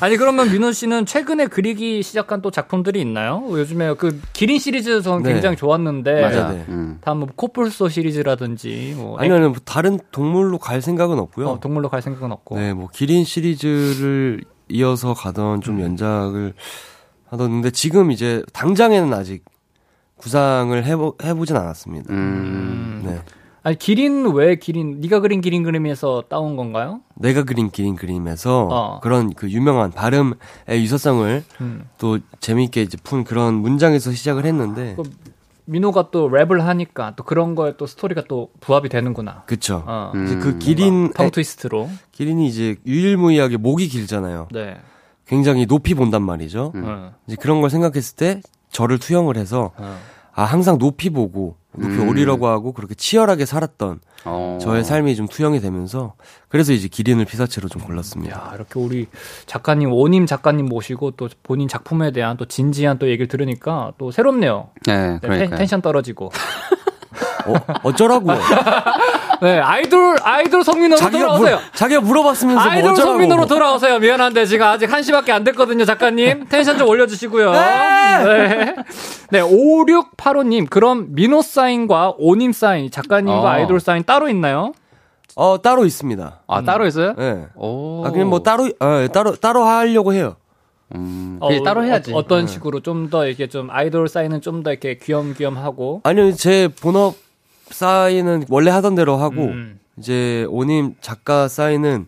A: 아니 그러면 민호 씨는 최근에 그리기 시작한 또 작품들이 있나요? 요즘에 그 기린 시리즈 저는
H: 네.
A: 굉장히 좋았는데
H: 맞아, 네.
B: 음.
A: 다음 뭐 코뿔소 시리즈라든지 뭐
H: 아니면 뭐 다른 동물로 갈 생각은 없고요.
A: 어, 동물로 갈 생각은 없고
H: 네, 뭐 기린 시리즈를 이어서 가던 좀 연작을 하던데 지금 이제 당장에는 아직 구상을 해보 해보진 않았습니다. 네,
A: 아니 기린 왜 기린 네가 그린 기린 그림에서 따온 건가요?
H: 내가 그린 기린 그림에서
A: 어.
H: 그런 그 유명한 발음의 유사성을
A: 음.
H: 또 재미있게 이제 푼 그런 문장에서 시작을 했는데
A: 또 민호가 또 랩을 하니까 또 그런 거에 또 스토리가 또 부합이 되는구나.
H: 그쵸.
A: 어.
H: 이제 그 기린
A: 텅 트위스트로.
H: 기린이 이제 유일무이하게 목이 길잖아요.
A: 네.
H: 굉장히 높이 본단 말이죠.
A: 어.
H: 이제 그런 걸 생각했을 때 저를 투영을 해서 아 항상 높이 보고 높이 오리라고 하고 그렇게 치열하게 살았던
B: 어.
H: 저의 삶이 좀 투영이 되면서 그래서 이제 기린을 피사체로 좀 골랐습니다.
A: 야, 아, 이렇게 우리 작가님, 원임 작가님 모시고 또 본인 작품에 대한 또 진지한 또 얘기를 들으니까 또 새롭네요.
B: 네,
A: 네, 텐,
B: 그러니까.
A: 텐션 떨어지고.
H: 어,
A: <laughs>
H: 어쩌라고?
A: 네, 아이돌, 아이돌 성민호로
H: 자기가,
A: 돌아오세요.
H: 물- 자기가 물어봤으면서 뭐
A: 아이돌
H: 어쩌라고?
A: 성민호로 돌아오세요. 미안한데 지금 아직 1시밖에 안 됐거든요, 작가님. 텐션 좀 올려주시고요. 네. 네, 5685님. 그럼 민호 사인과 오님 사인, 작가님과
B: 어.
A: 아이돌 사인 따로 있나요?
H: 어 따로 있습니다.
B: 아 따로
A: 음.
B: 있어요?
H: 예.
B: 오.
H: 아 그냥 뭐 따로 아, 예, 따로 따로 하려고 해요.
B: 음, 그게 따로 해야지.
A: 어, 떤 식으로 좀 더 이렇게 좀 아이돌 사인은 좀 더 이렇게 귀염귀염하고.
H: 아니요 제 본업 사인은 원래 하던 대로 하고
A: 음.
H: 이제 오님 작가 사인은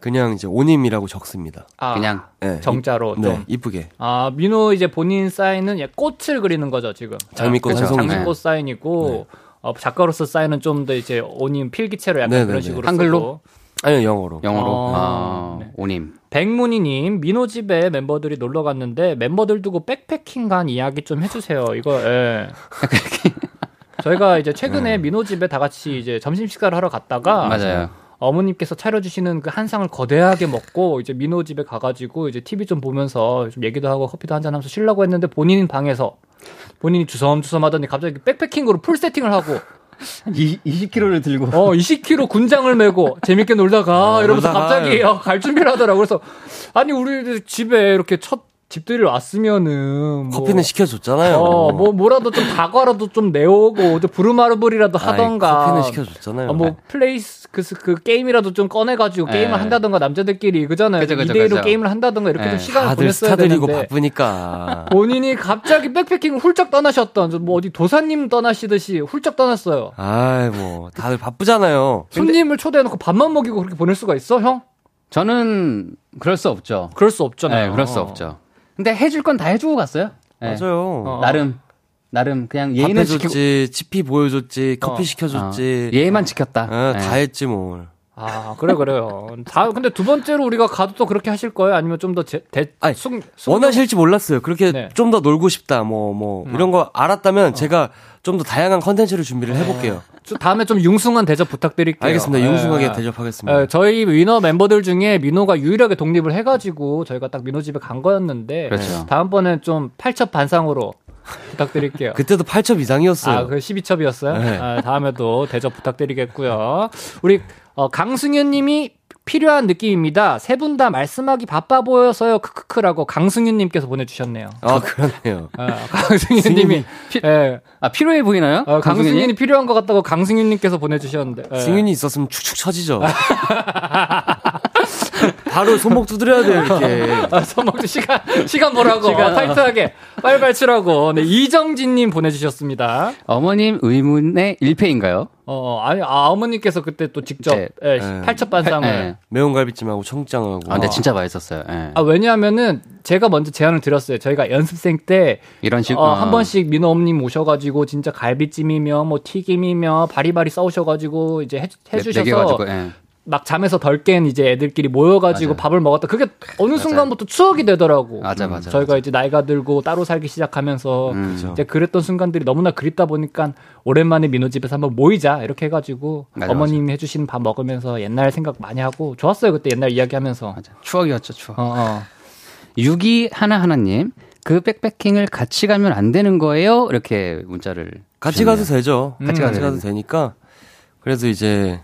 H: 그냥 이제 오님이라고 적습니다.
A: 아,
B: 그냥
H: 예.
A: 정자로 좀.
H: 네, 이쁘게.
A: 아, 민호 이제 본인 사인은 예, 꽃을 그리는 거죠, 지금.
H: 장미꽃
A: 그쵸?
H: 한송이.
A: 장미꽃 사인이고,
B: 네.
A: 어, 작가로서 사인은 좀 더 이제 온님 필기체로 약간
H: 네네네.
A: 그런 식으로.
B: 한글로?
A: 쓰고.
H: 아니요, 영어로.
B: 영어로
A: 아,
B: 아, 오님.
A: 백문희님, 민호 집에 멤버들이 놀러 갔는데 멤버들 두고 백패킹 간 이야기 좀 해주세요. 이거, 예. 저희가
B: <laughs>
A: 이제 최근에 민호 집에 다 같이 이제 점심 식사를 하러 갔다가
B: 네. 맞아요.
A: 어머님께서 차려주시는 그 한상을 거대하게 먹고 이제 민호 집에 가가지고 이제 TV 좀 보면서 좀 얘기도 하고 커피도 한잔 하면서 쉬려고 했는데 본인 방에서 본인이 주섬주섬 하더니 갑자기 백패킹으로 풀 세팅을 하고
B: 20kg를 들고
A: 어 20kg 군장을 메고 재밌게 놀다가 이러면서
H: 아, 놀다가
A: 갑자기 어, 갈 준비를 하더라고 그래서 아니 우리 집에 이렇게 첫 집들이 왔으면은 뭐
H: 커피는 시켜줬잖아요.
A: 어, 뭐, 뭐라도 좀 다과라도 좀 내오고, 좀 부르마블이라도
H: 아이,
A: 하던가.
H: 커피는 시켜줬잖아요.
A: 아,
H: 네.
A: 뭐 플레이스 그, 그 게임이라도 좀 꺼내가지고
B: 예.
A: 게임을 한다던가 남자들끼리 그잖아요.
B: 그죠, 그죠,
A: 2대1로
B: 그죠.
A: 게임을 한다던가 이렇게 좀
B: 예.
A: 시간을
H: 네. 다들
A: 보냈어야
H: 스타들이고
A: 되는데
H: 바쁘니까.
A: 본인이 갑자기 백패킹을 훌쩍 떠나셨던 저뭐 어디 도사님 떠나시듯이 훌쩍 떠났어요.
H: 아이, 뭐, 다들 바쁘잖아요.
A: 손님을 초대해놓고 밥만 먹이고 그렇게 보낼 수가 있어, 형?
B: 저는 그럴 수 없죠.
A: 그럴 수
B: 네,
A: 없잖아요.
B: 그럴 수 없죠. 근데 해줄 건 다 해주고 갔어요. 네.
H: 맞아요.
A: 어.
B: 나름 나름 그냥
H: 밥
B: 예의는 지키고
H: 해줬지, 치피 보여줬지, 커피
A: 어.
H: 시켜줬지.
B: 어, 예의만 지켰다.
H: 어,
B: 네.
H: 다 했지, 뭘.
A: 아, 그래, 그래요. 다, 근데 두 번째로 우리가 가도 또 그렇게 하실 거예요? 아니면 좀 더 대,
H: 아니,
A: 숙, 숙-
H: 원하실지 몰랐어요. 그렇게
A: 네. 음. 어.
H: 좀 더 놀고 싶다, 뭐, 뭐, 이런 거 알았다면 제가 좀 더 다양한 컨텐츠를 준비를
A: 네.
H: 해볼게요.
A: 저 다음에 좀 융숭한 대접 부탁드릴게요.
H: 알겠습니다. 용숭하게
A: 예.
H: 대접하겠습니다.
A: 예, 저희 위너 멤버들 중에 민호가 유일하게 독립을 해가지고 저희가 딱 민호 집에 간 거였는데
B: 그렇죠.
A: 다음번엔 좀 팔첩 반상으로 <laughs> 부탁드릴게요.
H: 그때도 8첩 이상이었어요.
A: 아, 그 12첩이었어요? 아,
H: 네.
A: 다음에도 대접 부탁드리겠고요. 우리 어, 강승현 님이 필요한 느낌입니다. 세 분 다 말씀하기 바빠 보여서요. 크크크라고 강승윤 님께서 보내주셨네요.
H: 아, 그러네요.
A: 어, <laughs> 강승윤 님이 예,
B: 아 필요해 보이나요?
A: 어, 강승윤이
B: 강승윤이
A: 필요한 것 같다고 네. 강승윤 님께서 보내주셨는데 예. <laughs>
H: 승윤이 있었으면 축축 처지죠. 바로 손목 두드려야 돼요, 이렇게.
A: 아, 손목도 시간, 시간 보라고. 어, 타이트하게. 빨리빨리 치라고. 네, 이정진님 보내주셨습니다.
B: 어머님 의문의 1패인가요?
A: 어, 아니, 아, 어머님께서 그때 또 직접
B: 네.
A: 예,
H: 네.
A: 팔첩반상을.
B: 네.
H: 매운 갈비찜하고 청국장하고.
B: 아, 근데 진짜 맛있었어요. 예.
A: 아, 왜냐하면은 제가 먼저 제안을 드렸어요. 저희가 연습생 때
B: 이런 식으로.
A: 어, 한 번씩 민호 엄님 오셔가지고 진짜 갈비찜이며 뭐 튀김이며 바리바리 싸우셔가지고 이제 해, 해주셔서
B: 가지고 예.
A: 막 잠에서 덜 깬 이제 애들끼리 모여가지고
B: 맞아요.
A: 밥을 먹었다. 그게 어느 순간부터 추억이 되더라고.
B: 맞아, 맞아, 음.
A: 저희가 이제 나이가 들고 따로 살기 시작하면서 이제 그랬던 순간들이 너무나 그립다 보니까 오랜만에 민호 집에서 한번 모이자 이렇게 해가지고
B: 맞아,
A: 어머님이 해주신 밥 먹으면서 옛날 생각 많이 하고 좋았어요 그때 옛날 이야기하면서.
B: 맞아. 추억이었죠, 추억.
A: 어, 어.
B: 6이 하나하나님, 그 백패킹을 같이 가면 안 되는 거예요? 이렇게 문자를. <laughs>
H: 같이
B: 주셨네요.
H: 가도 되죠. 같이
B: 가도
H: 가도 되니까. 그래서 이제,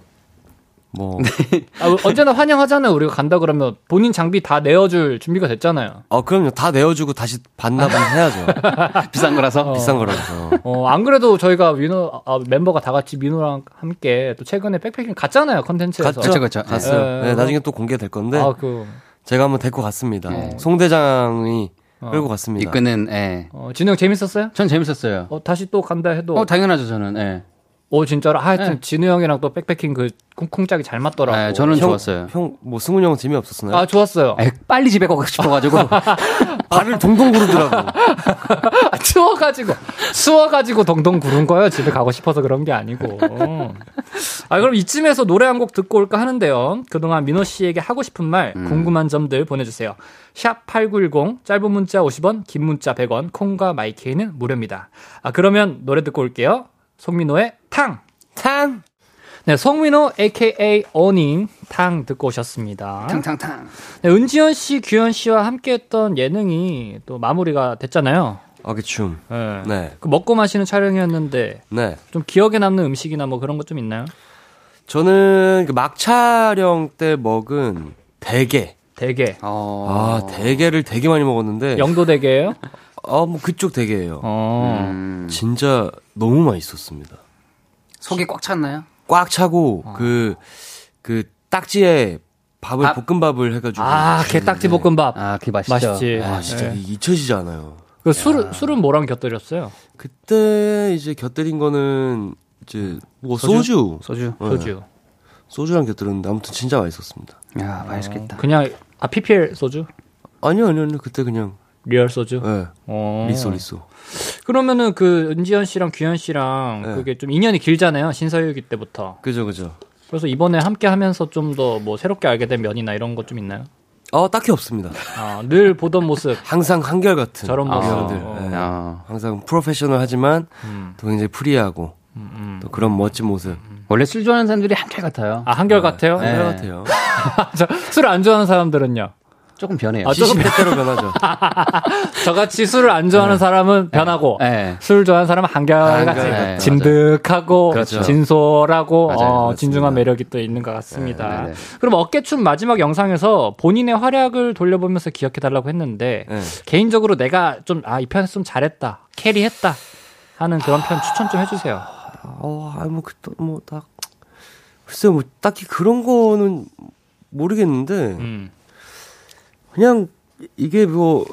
H: 뭐.
B: 네.
A: 아, 언제나 환영하잖아요. 우리가 간다 그러면 본인 장비 다 내어줄 준비가 됐잖아요.
H: 아, 그럼요. 다 내어주고 다시
B: <laughs>
H: 반납은 해야죠.
B: 비싼
H: <laughs>
B: 거라서.
H: 비싼 거라서.
A: 어, 안 그래도 저희가 민호 아, 멤버가 다 같이 민호랑 함께 또 최근에 백패킹 갔잖아요 컨텐츠에서.
B: 그쵸, 그쵸.
H: 갔어요.
A: 예.
H: 네, 나중에 또 공개될 건데.
B: 네.
A: 아, 예. 그,
H: 제가 한번 데리고 갔습니다. 송대장이 끌고 갔습니다.
B: 이끄는, 예.
A: 어, 진영 재밌었어요?
B: 전 재밌었어요.
A: 어, 다시 또 간다 해도.
B: 어, 당연하죠, 저는, 예.
A: 오, 진짜로. 아, 하여튼, 진우 형이랑 또 백패킹 그 쿵쿵짝이 잘 맞더라고.
B: 예, 저는 좋았어요.
H: 형, 뭐, 승훈이 형 재미 없었나요?
A: 아, 좋았어요.
B: 에, 빨리 집에 가고 싶어가지고.
H: 발을
A: <laughs>
H: 동동 구르더라고.
A: 아, <laughs> 추워가지고. 추워가지고 동동 구른 거예요. 집에 가고 싶어서 그런 게 아니고. 아, 그럼 이쯤에서 노래 한 곡 듣고 올까 하는데요. 그동안 민호 씨에게 하고 싶은 말,
B: 음.
A: 궁금한 점들 보내주세요. 샵 8910, 짧은 문자 50원, 긴 문자 100원, 콩과 마이케이는 무료입니다. 아, 그러면 노래 듣고 올게요. 송민호의 탕!
H: 탕!
A: 네, 송민호 AKA 어닝 탕 듣고 오셨습니다.
B: 탕탕탕.
A: 네, 은지원 씨, 규현 씨와 함께했던 예능이 또 마무리가 됐잖아요.
H: 어기춤.
A: 네.
H: 네.
A: 그 먹고 마시는 촬영이었는데
H: 네.
A: 좀 기억에 남는 음식이나 뭐 그런 것 좀 있나요?
H: 저는 그 막차령 때 먹은 대게.
A: 대게,
B: 어.
H: 아, 네. 대게를 되게 많이 먹었는데.
A: 영도 대게예요.
H: 아, 뭐 그쪽 대게예요.
A: 어.
B: 음.
H: 진짜 너무 맛있었습니다.
B: 속이 꽉 찼나요?
H: 꽉 차고
A: 어.
H: 그, 그 딱지에 밥을 볶음밥을 해가지고. 네.
A: 아, 게딱지 볶음밥
B: 아, 그게 맛있죠.
A: 맛있지.
H: 아, 진짜
A: 네.
H: 이게 잊혀지지 않아요.
A: 그 술은 술은 뭐랑 곁들였어요?
H: 그때 이제 곁들인 거는 이제 뭐 소주,
B: 소주.
H: 네.
A: 소주.
H: 소주랑 곁들였는데 아무튼 진짜 맛있었습니다.
B: 야, 맛있겠다.
A: 그냥 아 PPL 소주,
H: 아니요, 아니요, 아니요. 그때 그냥
A: 리얼 소주.
H: 예.
A: 어.
H: 리소 리소.
A: 그러면은 그 은지현 씨랑 규현 씨랑
H: 네.
A: 그게 좀 인연이 길잖아요. 신서유기 때부터.
H: 그죠, 그죠.
A: 그래서 이번에 함께 하면서 좀 더 뭐 새롭게 알게 된 면이나 이런 것 좀 있나요?
H: 어, 딱히 없습니다.
A: 아, 늘 보던 모습.
H: 항상 한결 같은
A: 저런 모습. 어. 음.
H: 들 예.
B: 아.
H: 항상 프로페셔널하지만 또 굉장히 프리하고 또 그런 멋진 모습. 예,
B: 원래 술 좋아하는 사람들이 한결 같아요.
A: 아, 한결 같아요?
H: 한결
A: <laughs>
H: 같아요. 예.
A: 술을 안 좋아하는 사람들은요.
B: 조금 변해요. 예.
A: 아, 조금 <laughs>
H: 20대로 변하죠.
A: 저같이 술을 안 좋아하는 사람은 변하고
B: 네.
A: 술 좋아하는 사람은 한결같이
H: 한결같이.
B: 네,
A: 진득하고
B: 그렇죠.
A: 진솔하고
B: 맞아요,
A: 어,
H: 그렇습니다.
A: 진중한 매력이 또 있는 것 같습니다.
B: 네, 네,
A: 그럼 어깨춤 마지막 영상에서 본인의 활약을 돌려보면서 기억해달라고 했는데
H: 네.
A: 개인적으로 내가 좀 아 이 편에서 좀 잘했다 캐리했다 하는 그런
B: 아.
A: 편 추천 좀 해주세요.
H: 어, 아니 뭐 그때 뭐딱 글쎄 뭐 딱히 그런 거는 모르겠는데
A: 음.
H: 그냥 이게 뭐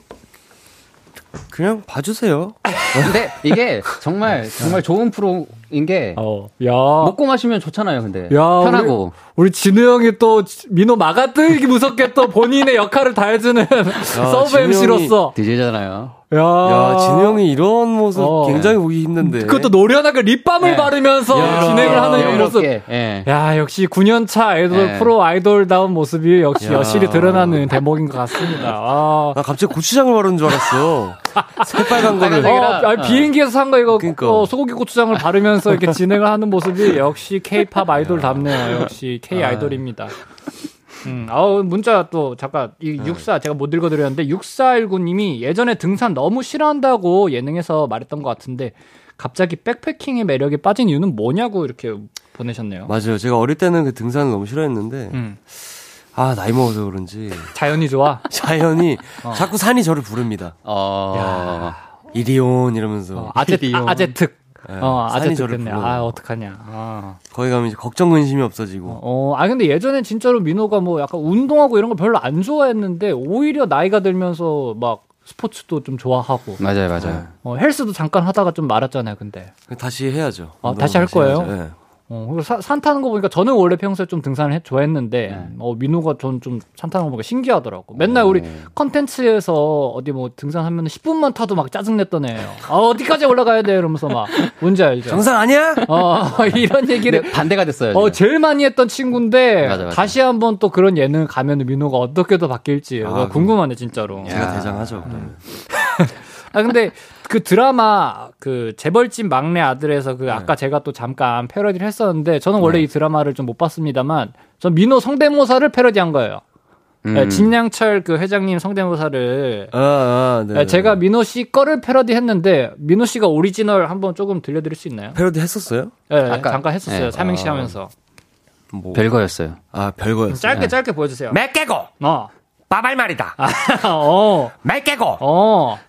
H: 그냥 봐주세요.
A: 아.
B: 근데 이게 정말 정말 좋은 프로인 게
A: 어, 야.
B: 먹고 마시면 좋잖아요. 근데
A: 야,
B: 편하고
A: 우리, 우리 진우 형이 또 지- 민호 마가뜨기 무섭게 또 본인의 역할을 다해주는
B: 어,
A: <laughs> 서브
H: 진우
A: MC로서.
B: DJ잖아요.
A: 야,
H: 야 진우 형이 이런 모습
A: 어.
H: 굉장히 보기 힘든데.
A: 그것도 노련하게 립밤을
B: 네.
A: 바르면서 진행을 하는 이 모습.
B: 여유롭게, 어, 예.
A: 야, 역시 9년차 아이돌,
B: 네.
A: 프로 아이돌다운 모습이 역시
H: 야.
A: 여실히 드러나는 대목인 것 같습니다. 아.
H: 나 갑자기 고추장을 바르는 줄
A: <laughs>
H: 알았어. 새빨간 거를.
A: 어, 아니, 비행기에서 산 거 이거
H: 그러니까.
A: 어, 소고기 고추장을 바르면서
H: <laughs>
A: 이렇게 진행을 하는 모습이 역시 K-팝 아이돌답네요. 역시 K 아이돌입니다. 음, 아우 문자 또 잠깐 이
H: 네.
A: 육사 제가 못 읽어드렸는데 6419님이 예전에 등산 너무 싫어한다고 예능에서 말했던 것 같은데 갑자기 백패킹의 매력에 빠진 이유는 뭐냐고 이렇게 보내셨네요.
H: 맞아요. 제가 어릴 때는 그 등산을 너무 싫어했는데
A: 음,
H: 아 나이 먹어서 그런지
A: 자연이 좋아.
H: 자연이
A: 어.
H: 자꾸 산이 저를 부릅니다.
B: 어.
A: 어,
H: 이리온 이러면서
A: 아. 아재 아재특. 어, 아재
H: 어, 산이 저를
A: 듣겠네.
H: 불러요.
A: 아, 어떡하냐. 아.
H: 거기 가면 이제 걱정 근심이 없어지고
A: 어, 아 근데 예전엔 진짜로 민호가 뭐 약간 운동하고 이런 걸 별로 안 좋아했는데 오히려 나이가 들면서 막 스포츠도 좀 좋아하고
B: 맞아요, 맞아요.
A: 어, 헬스도 잠깐 하다가 좀 말았잖아요. 근데
H: 다시 해야죠.
A: 아, 다시 할 거예요?
H: 해야죠.
A: 어, 그리고 사- 산 타는 거 보니까 저는 원래 평소에 좀 등산을 해- 좋아했는데
H: 네.
A: 어, 민호가 전 좀 산 타는 거 보니까 신기하더라고. 맨날 우리 컨텐츠에서 어디 뭐 등산하면 10분만 타도 막 짜증냈던 애예요. 아, 어디까지 올라가야 돼 이러면서 막 뭔지 알죠?
H: 예. 정상 아니야?
A: 어, <laughs> 이런 얘기를
B: 근데 반대가 됐어요.
A: 어,
B: 지금.
A: 제일 많이 했던 친구인데
B: 맞아, 맞아.
A: 다시 한번 또 그런 예능 가면 민호가 어떻게 더 바뀔지 아,
B: 그
A: 궁금하네 진짜로.
B: 예.
H: 제가 대장하죠. 음. 그러면.
A: 아 근데 그 드라마 그 재벌집 막내 아들에서
B: 네.
A: 그 아까 제가 또 잠깐 패러디를 했었는데 저는 원래 이 드라마를 좀 못 봤습니다만 전 민호 성대모사를 패러디한 거예요.
B: 음.
A: 예, 진양철 그 회장님 성대모사를
H: 아, 아, 네.
A: 예, 제가 민호 씨 거를 패러디했는데 민호 씨가 오리지널 한번 조금 들려드릴 수 있나요?
H: 패러디 했었어요?
A: 예,
B: 아까-
A: 잠깐 했었어요.
B: 예.
A: 삼행시 하면서
H: 뭐.
B: 별거였어요.
H: 아, 별거였어요.
B: 네.
A: 짧게 짧게 보여주세요.
H: 매 깨고
A: 어.
H: 빠발말이다.
A: <laughs> 어,
H: 매 깨고
A: 어,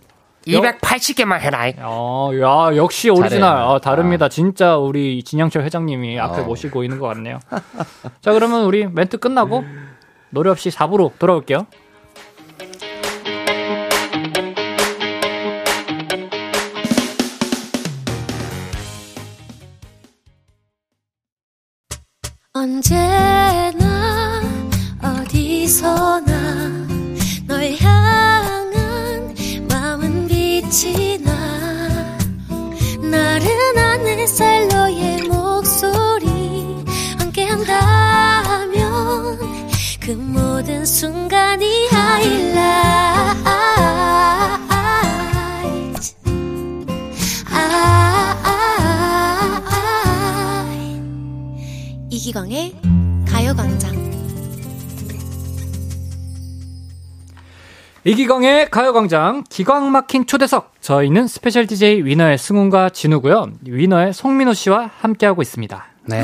H: 280개만 해라.
A: 어, 야, 역시 오리지널.
B: 잘해요.
A: 아, 다릅니다. 진짜 우리 진양철 회장님이
B: 어.
A: 앞에 모시고 있는 것 같네요. 자, 그러면 우리 멘트 끝나고 노래 없이 4부로 돌아올게요.
E: 언제나 어디서나 널 향한 마음은 빛이 나 나른한 햇살 너의 목소리 함께한다면 그 모든 순간이 아, 하이라이트 아, 하이라이트 이기광의 가요광장.
A: 이기광의 가요광장, 기광 막힌 초대석. 저희는 스페셜 DJ 위너의 승훈과 진우고요. 위너의 송민호 씨와 함께하고 있습니다.
B: 네.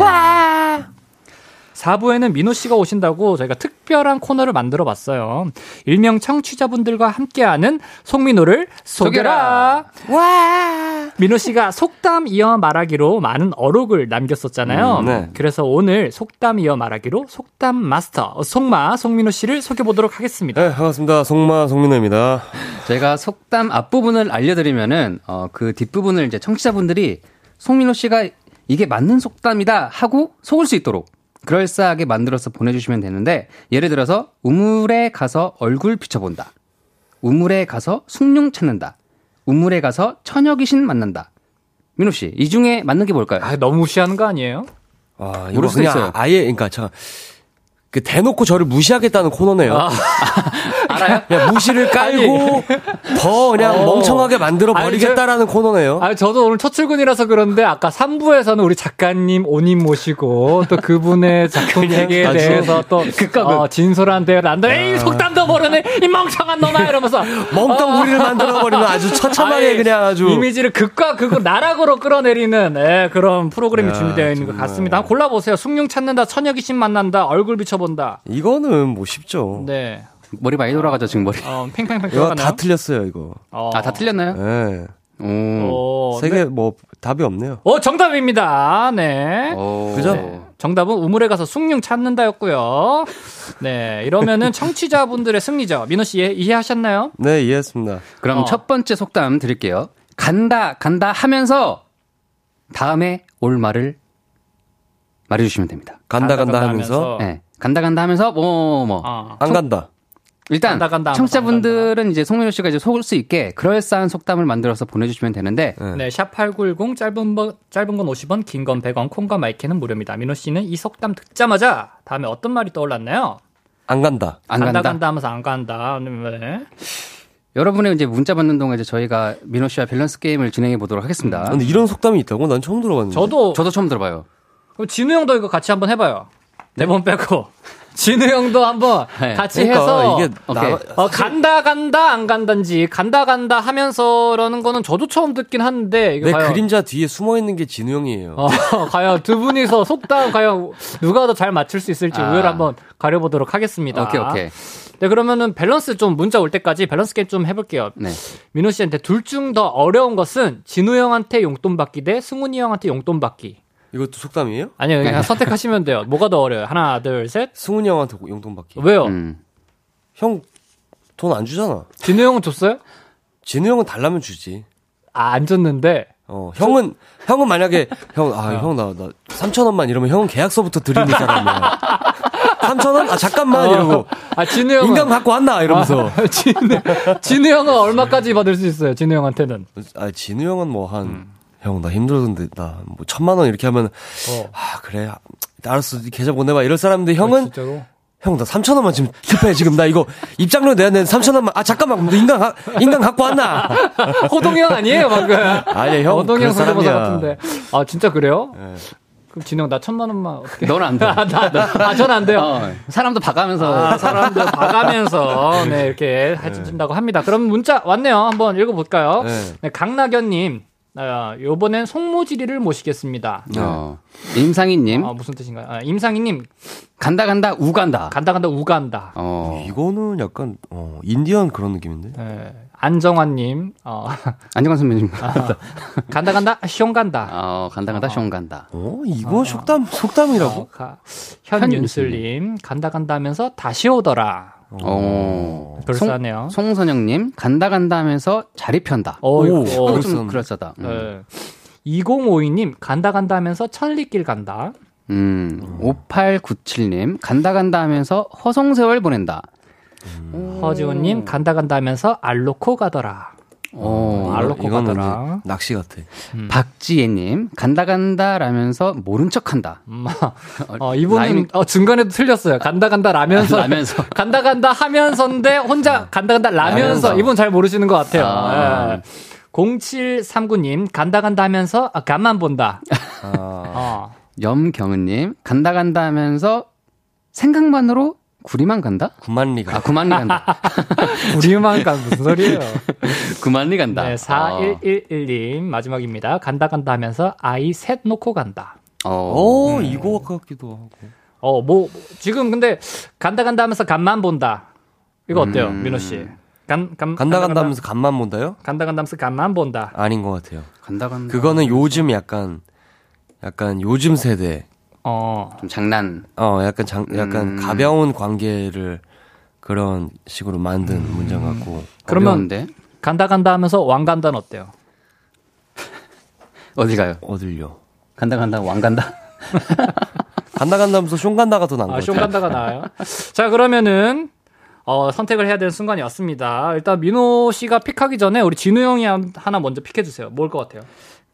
A: 4부에는 예. 민호 씨가 오신다고 저희가 특별한 코너를 만들어 봤어요. 일명 청취자분들과 함께하는 송민호를 소개라. 와. 민호 씨가 속담 이어 말하기로 많은 어록을 남겼었잖아요.
H: 음, 네.
A: 그래서 오늘 속담 이어 말하기로 속담 마스터 어, 송마 송민호 씨를 소개해 보도록 하겠습니다.
H: 네, 반갑습니다. 송마 송민호입니다.
B: 제가 속담 앞부분을 알려드리면은 어, 그 뒷부분을 이제 청취자분들이 송민호 씨가 이게 맞는 속담이다 하고 속을 수 있도록 그럴싸하게 만들어서 보내주시면 되는데 예를 들어서 우물에 가서 얼굴 비춰본다. 우물에 가서 숭룡 찾는다. 우물에 가서 처녀 귀신 만난다. 민호 씨, 이 중에 맞는 게 뭘까요?
A: 아, 너무 무시하는 거 아니에요?
H: 와,
B: 모를
H: 이거
B: 수도
H: 그냥
B: 있어요.
H: 아예 그러니까 제가 그 대놓고 저를 무시하겠다는 코너네요.
A: 아. <laughs>
H: 알아요? 그냥 무시를 깔고 더 그냥 멍청하게 만들어 버리겠다라는 코너네요.
A: 아, 저도 오늘 첫 출근이라서 그런데 아까 3부에서는 우리 작가님 온님 모시고 또
H: <laughs>
A: 그분의 작품 세계에
H: 아주 아.
A: 대해서 또 어, 진솔한 대화를 한다. 에이, 속담도 모르네. 이 멍청한 놈아 이러면서
H: 멍텅구리를 만들어 버리면 아주 처참하게
A: 아예
H: 그냥 아주
A: 이미지를 극과 극으로 나락으로 끌어내리는 예, 그런 프로그램이
H: 야,
A: 준비되어 있는 것
H: 정말.
A: 같습니다. 한번 골라보세요. 숭룡 찾는다, 처녀 귀신 만난다, 얼굴 비춰본다.
H: 이거는 뭐 쉽죠.
A: 네,
B: 머리 많이 돌아가죠, 지금 머리.
A: 어, 팽팽팽
H: 이거
A: 돌아가나요?
H: 다 틀렸어요, 이거.
A: 어.
B: 아, 다 틀렸나요?
H: 예.
B: 오.
A: 어,
H: 세계 뭐 답이 없네요.
A: 어, 정답입니다.
H: 어,
A: 네.
B: 오.
H: 그죠?
A: 정답은 우물에 가서 숭늉 찾는다였고요. 네, 이러면은 청취자분들의 승리죠. 민호 씨 이해- 이해하셨나요?
H: 네, 이해했습니다.
B: 그럼
A: 어.
B: 첫 번째 속담 드릴게요. 간다, 간다 하면서 다음에 올 말을 말해주시면 됩니다.
H: 간다 간다, 하면서
B: 네. 간다, 간다 하면서 뭐, 뭐.
A: 어.
H: 안 간다.
B: 일단
A: 간다, 간다 하면서
B: 청취자분들은 이제 송민호 씨가 이제 속을 수 있게 그럴싸한 속담을 만들어서 보내주시면 되는데
A: 네, 샵8910 짧은 번- 짧은 건 50원, 긴 건 100원, 콩과 마이크는 무료입니다. 민호 씨는 이 속담 듣자마자 다음에 어떤 말이 떠올랐나요?
H: 안 간다.
B: 안 간다.
A: 간다 하면서 안 간다. 네.
B: 여러분의 이제 문자 받는 동안 이제 저희가 민호 씨와 밸런스 게임을 진행해 보도록
A: 음,
B: 하겠습니다.
H: 근데 이런 속담이 있다고? 난 처음 들어봤는데.
A: 저도
B: 저도 처음 들어봐요.
A: 그럼 진우 형도 이거 같이 한번 해봐요. 네 번 빼고 <laughs> 진우 형도 한번 같이 해서
H: 그러니까 이게 나,
A: 어, 간다 간다 안 간단지 간다 간다 하면서라는 거는 저도 처음 듣긴 한데 이게
H: 내
A: 과연-
H: 그림자 뒤에 숨어 있는 게 진우 형이에요.
A: 어, <laughs> 과연 두 분이서 속담 과연 누가 더 잘 맞출 수 있을지
B: 아.
A: 우열을 한번 가려보도록 하겠습니다.
B: 오케이, 오케이.
A: 네 그러면은 밸런스 좀 문자 올 때까지 밸런스 게임 좀 해볼게요.
B: 네.
A: 민호 씨한테 둘 중 더 어려운 것은 진우 형한테 용돈 받기 대 승훈이 형한테 용돈 받기.
H: 이것도 속담이에요?
A: 아니요
B: 네.
A: 그냥 선택하시면 돼요. 뭐가 더 어려요? 워 하나 둘 셋.
H: 승훈이 형한테 용돈 받기.
A: 왜요?
B: 음.
H: 형 돈 안 주잖아.
A: 진우 형은 줬어요?
H: 진우 형은 달라면 주지.
A: 아, 안 줬는데.
H: 어, 형은 형은 만약에 형 아
A: 어.
H: 형 나 나 3천 원만 이러면 형은 계약서부터 드리는 사람이야. 3천 원? 아 잠깐만 이러고
A: 아 진우 형은
H: 인감 갖고 왔나 이러면서.
A: 아, <laughs> 진우, 진우 형은 얼마까지 받을 수 있어요? 진우 형한테는.
H: 아 진우 형은 뭐 한 형 나 힘들었는데 나 뭐 천만 원 이렇게 하면 아 그래 아, 알았어 네 계좌 보내봐 이럴 사람인데 형은
A: 어, 진짜로.
H: 형 나 3천 원만 지금 급해 지금 나 이거 입장료 내야 되는 3천 원만 아 잠깐만 너 인간 가, 인간 갖고 왔나
A: 호동이 형 아니에요 방금.
H: 아니야 형
A: 호동이
H: 그런
A: 형 성대모사
H: 사람이야. 네.
A: 같은데. 아 진짜 그래요? 그럼 진우 형나 천만 원만 어떻게? <laughs>
B: 넌 안 돼.
A: 아, 나, 나, 아, 전 안 돼요.
B: 어, 사람도 봐가면서.
A: 아, 사람들 봐가면서 네 이렇게 해준다고 합니다. 그럼 문자 왔네요. 한번 읽어볼까요?
H: 네.
A: 네, 강나견님, 아, 요번엔 송모지리를 모시겠습니다.
B: 어. 임상희님,
A: 아, 무슨 뜻인가요? 아, 임상희님
B: 간다, 간다, 우간다.
A: 간다 간다 우간다.
B: 어.
H: <laughs> 이거는 약간 어 인디언 그런 느낌인데
A: 네, 안정환님 어,
B: 안정환 선배님.
A: 아.
B: 간다.
A: 간다 간다 시험 간다.
B: <laughs> 어, 간다, 간다, 시험 간다.
H: 어 이거 속담 속담이라고
A: 어, 가- 현윤슬님 간다 간다 하면서 다시 오더라.
B: 어.
A: 별사네요.
B: 송선영님, 간다, 간다 하면서 자리 편다.
A: 어,
H: 오, 그렇죠.
A: 이거, 어,
B: 그거
H: 그랬었는데.
B: 좀 그럴싸다. 음.
A: 네. 2052님 간다 간다 하면서 천리길 간다.
B: 음, 5897님, 간다 간다 하면서 허송세월 보낸다.
A: 허지훈님 간다 간다 하면서 알로코 가더라.
B: 어,
A: 알로코
H: 이거는
A: 가더라.
H: 이제 낚시 같아
A: 음.
B: 박지혜님, 간다 간다 라면서 모른 척 한다. <laughs>
A: 음, 어, 이분은 어, 중간에도 틀렸어요. 간다 간다 라면서
B: 라면서.
A: <laughs>
B: <laughs>
A: 간다 간다 하면서인데 혼자 간다 간다 라면서
H: 라면서.
A: 이분 잘 모르시는 것 같아요.
B: 아.
A: 예. 0739님 간다 간다 하면서 아, 간만 본다. 어.
B: 염경은님, 간다 간다 하면서 생각만으로 구리만 간다?
H: 군만리가
B: 아, 구만리
A: <laughs>
B: 간다.
A: 우리만 간 무슨 소리예요?
B: 구만리 간다. 아.
A: 네,
H: 아.
A: 4111님 마지막입니다. 간다 간다 하면서 아이 셋 놓고 간다.
B: 어, 어.
H: 오 이거 같기도 하고
A: 어, 뭐 지금 근데 간다 간다 하면서 간만 본다. 이거 어때요, 민호 씨? 간, 간,
H: 음. 간다 간다 하면서 간만 본다요
A: 간다 간다 하면서 간만 본다.
H: 아닌 것 같아요
B: 간다 간다.
H: 그거는 요즘 약간 약간 요즘 세대
A: 어.
B: 좀 장난.
H: 어 약간 장, 약간 가벼운 관계를 그런 식으로 만든 문장 같고
A: 그러면
B: 어려운데?
A: 간다 간다 하면서 왕 간다는 어때요?
B: 어디 가요?
H: 어딜요
B: 간다 간다, 왕 간다.
H: 간다 간다 하면서 숑 간다가 더 나은
A: 아,
H: 것
A: 쇼
H: 같아요
A: 간다가 나와요.
H: <laughs>
A: 자, 그러면은 어, 선택을 해야 되는 순간이 왔습니다. 일단 민호 씨가 픽하기 전에 우리 진우 형이 한- 하나 먼저 픽해 주세요. 뭘 것 같아요?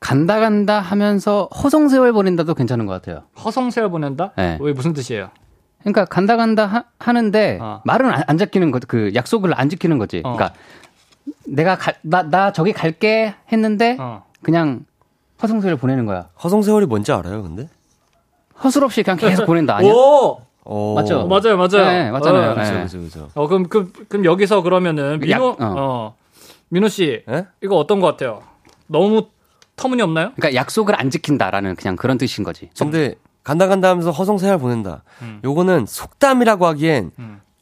B: 간다 간다 하면서 허송세월 보낸다도 괜찮은 것 같아요.
A: 허성세월 보낸다?
B: 네.
A: 왜 무슨 뜻이에요?
B: 그러니까 간다 간다 하, 는데
A: 어.
B: 말은 안, 안 지키는 거, 그 약속을 안 지키는 거지.
A: 어.
B: 그러니까 내가 가- 나, 나 저기 갈게 했는데
A: 어.
B: 그냥 허송세를 보내는 거야.
H: 허송세월이 뭔지 알아요 근데
B: 허술 없이 그냥 계속 보낸다 아니야?
A: 오!
H: 어,
B: 맞죠?
A: 맞아요, 맞아요.
B: 네, 맞잖아요.
A: 어,
H: 그죠
B: 네.
H: 그죠 그죠
A: 어, 그럼, 그럼, 그럼 여기서 그러면은
B: 약-
A: 민호,
B: 어.
A: 어. 민호 씨,
H: 예?
A: 이거 어떤 것 같아요? 너무 터무니 없나요?
B: 그러니까 약속을 안 지킨다라는 그냥 그런 뜻인 거지.
H: 근데 간다 간다 하면서 허송세월 보낸다. 요거는 속담이라고 하기엔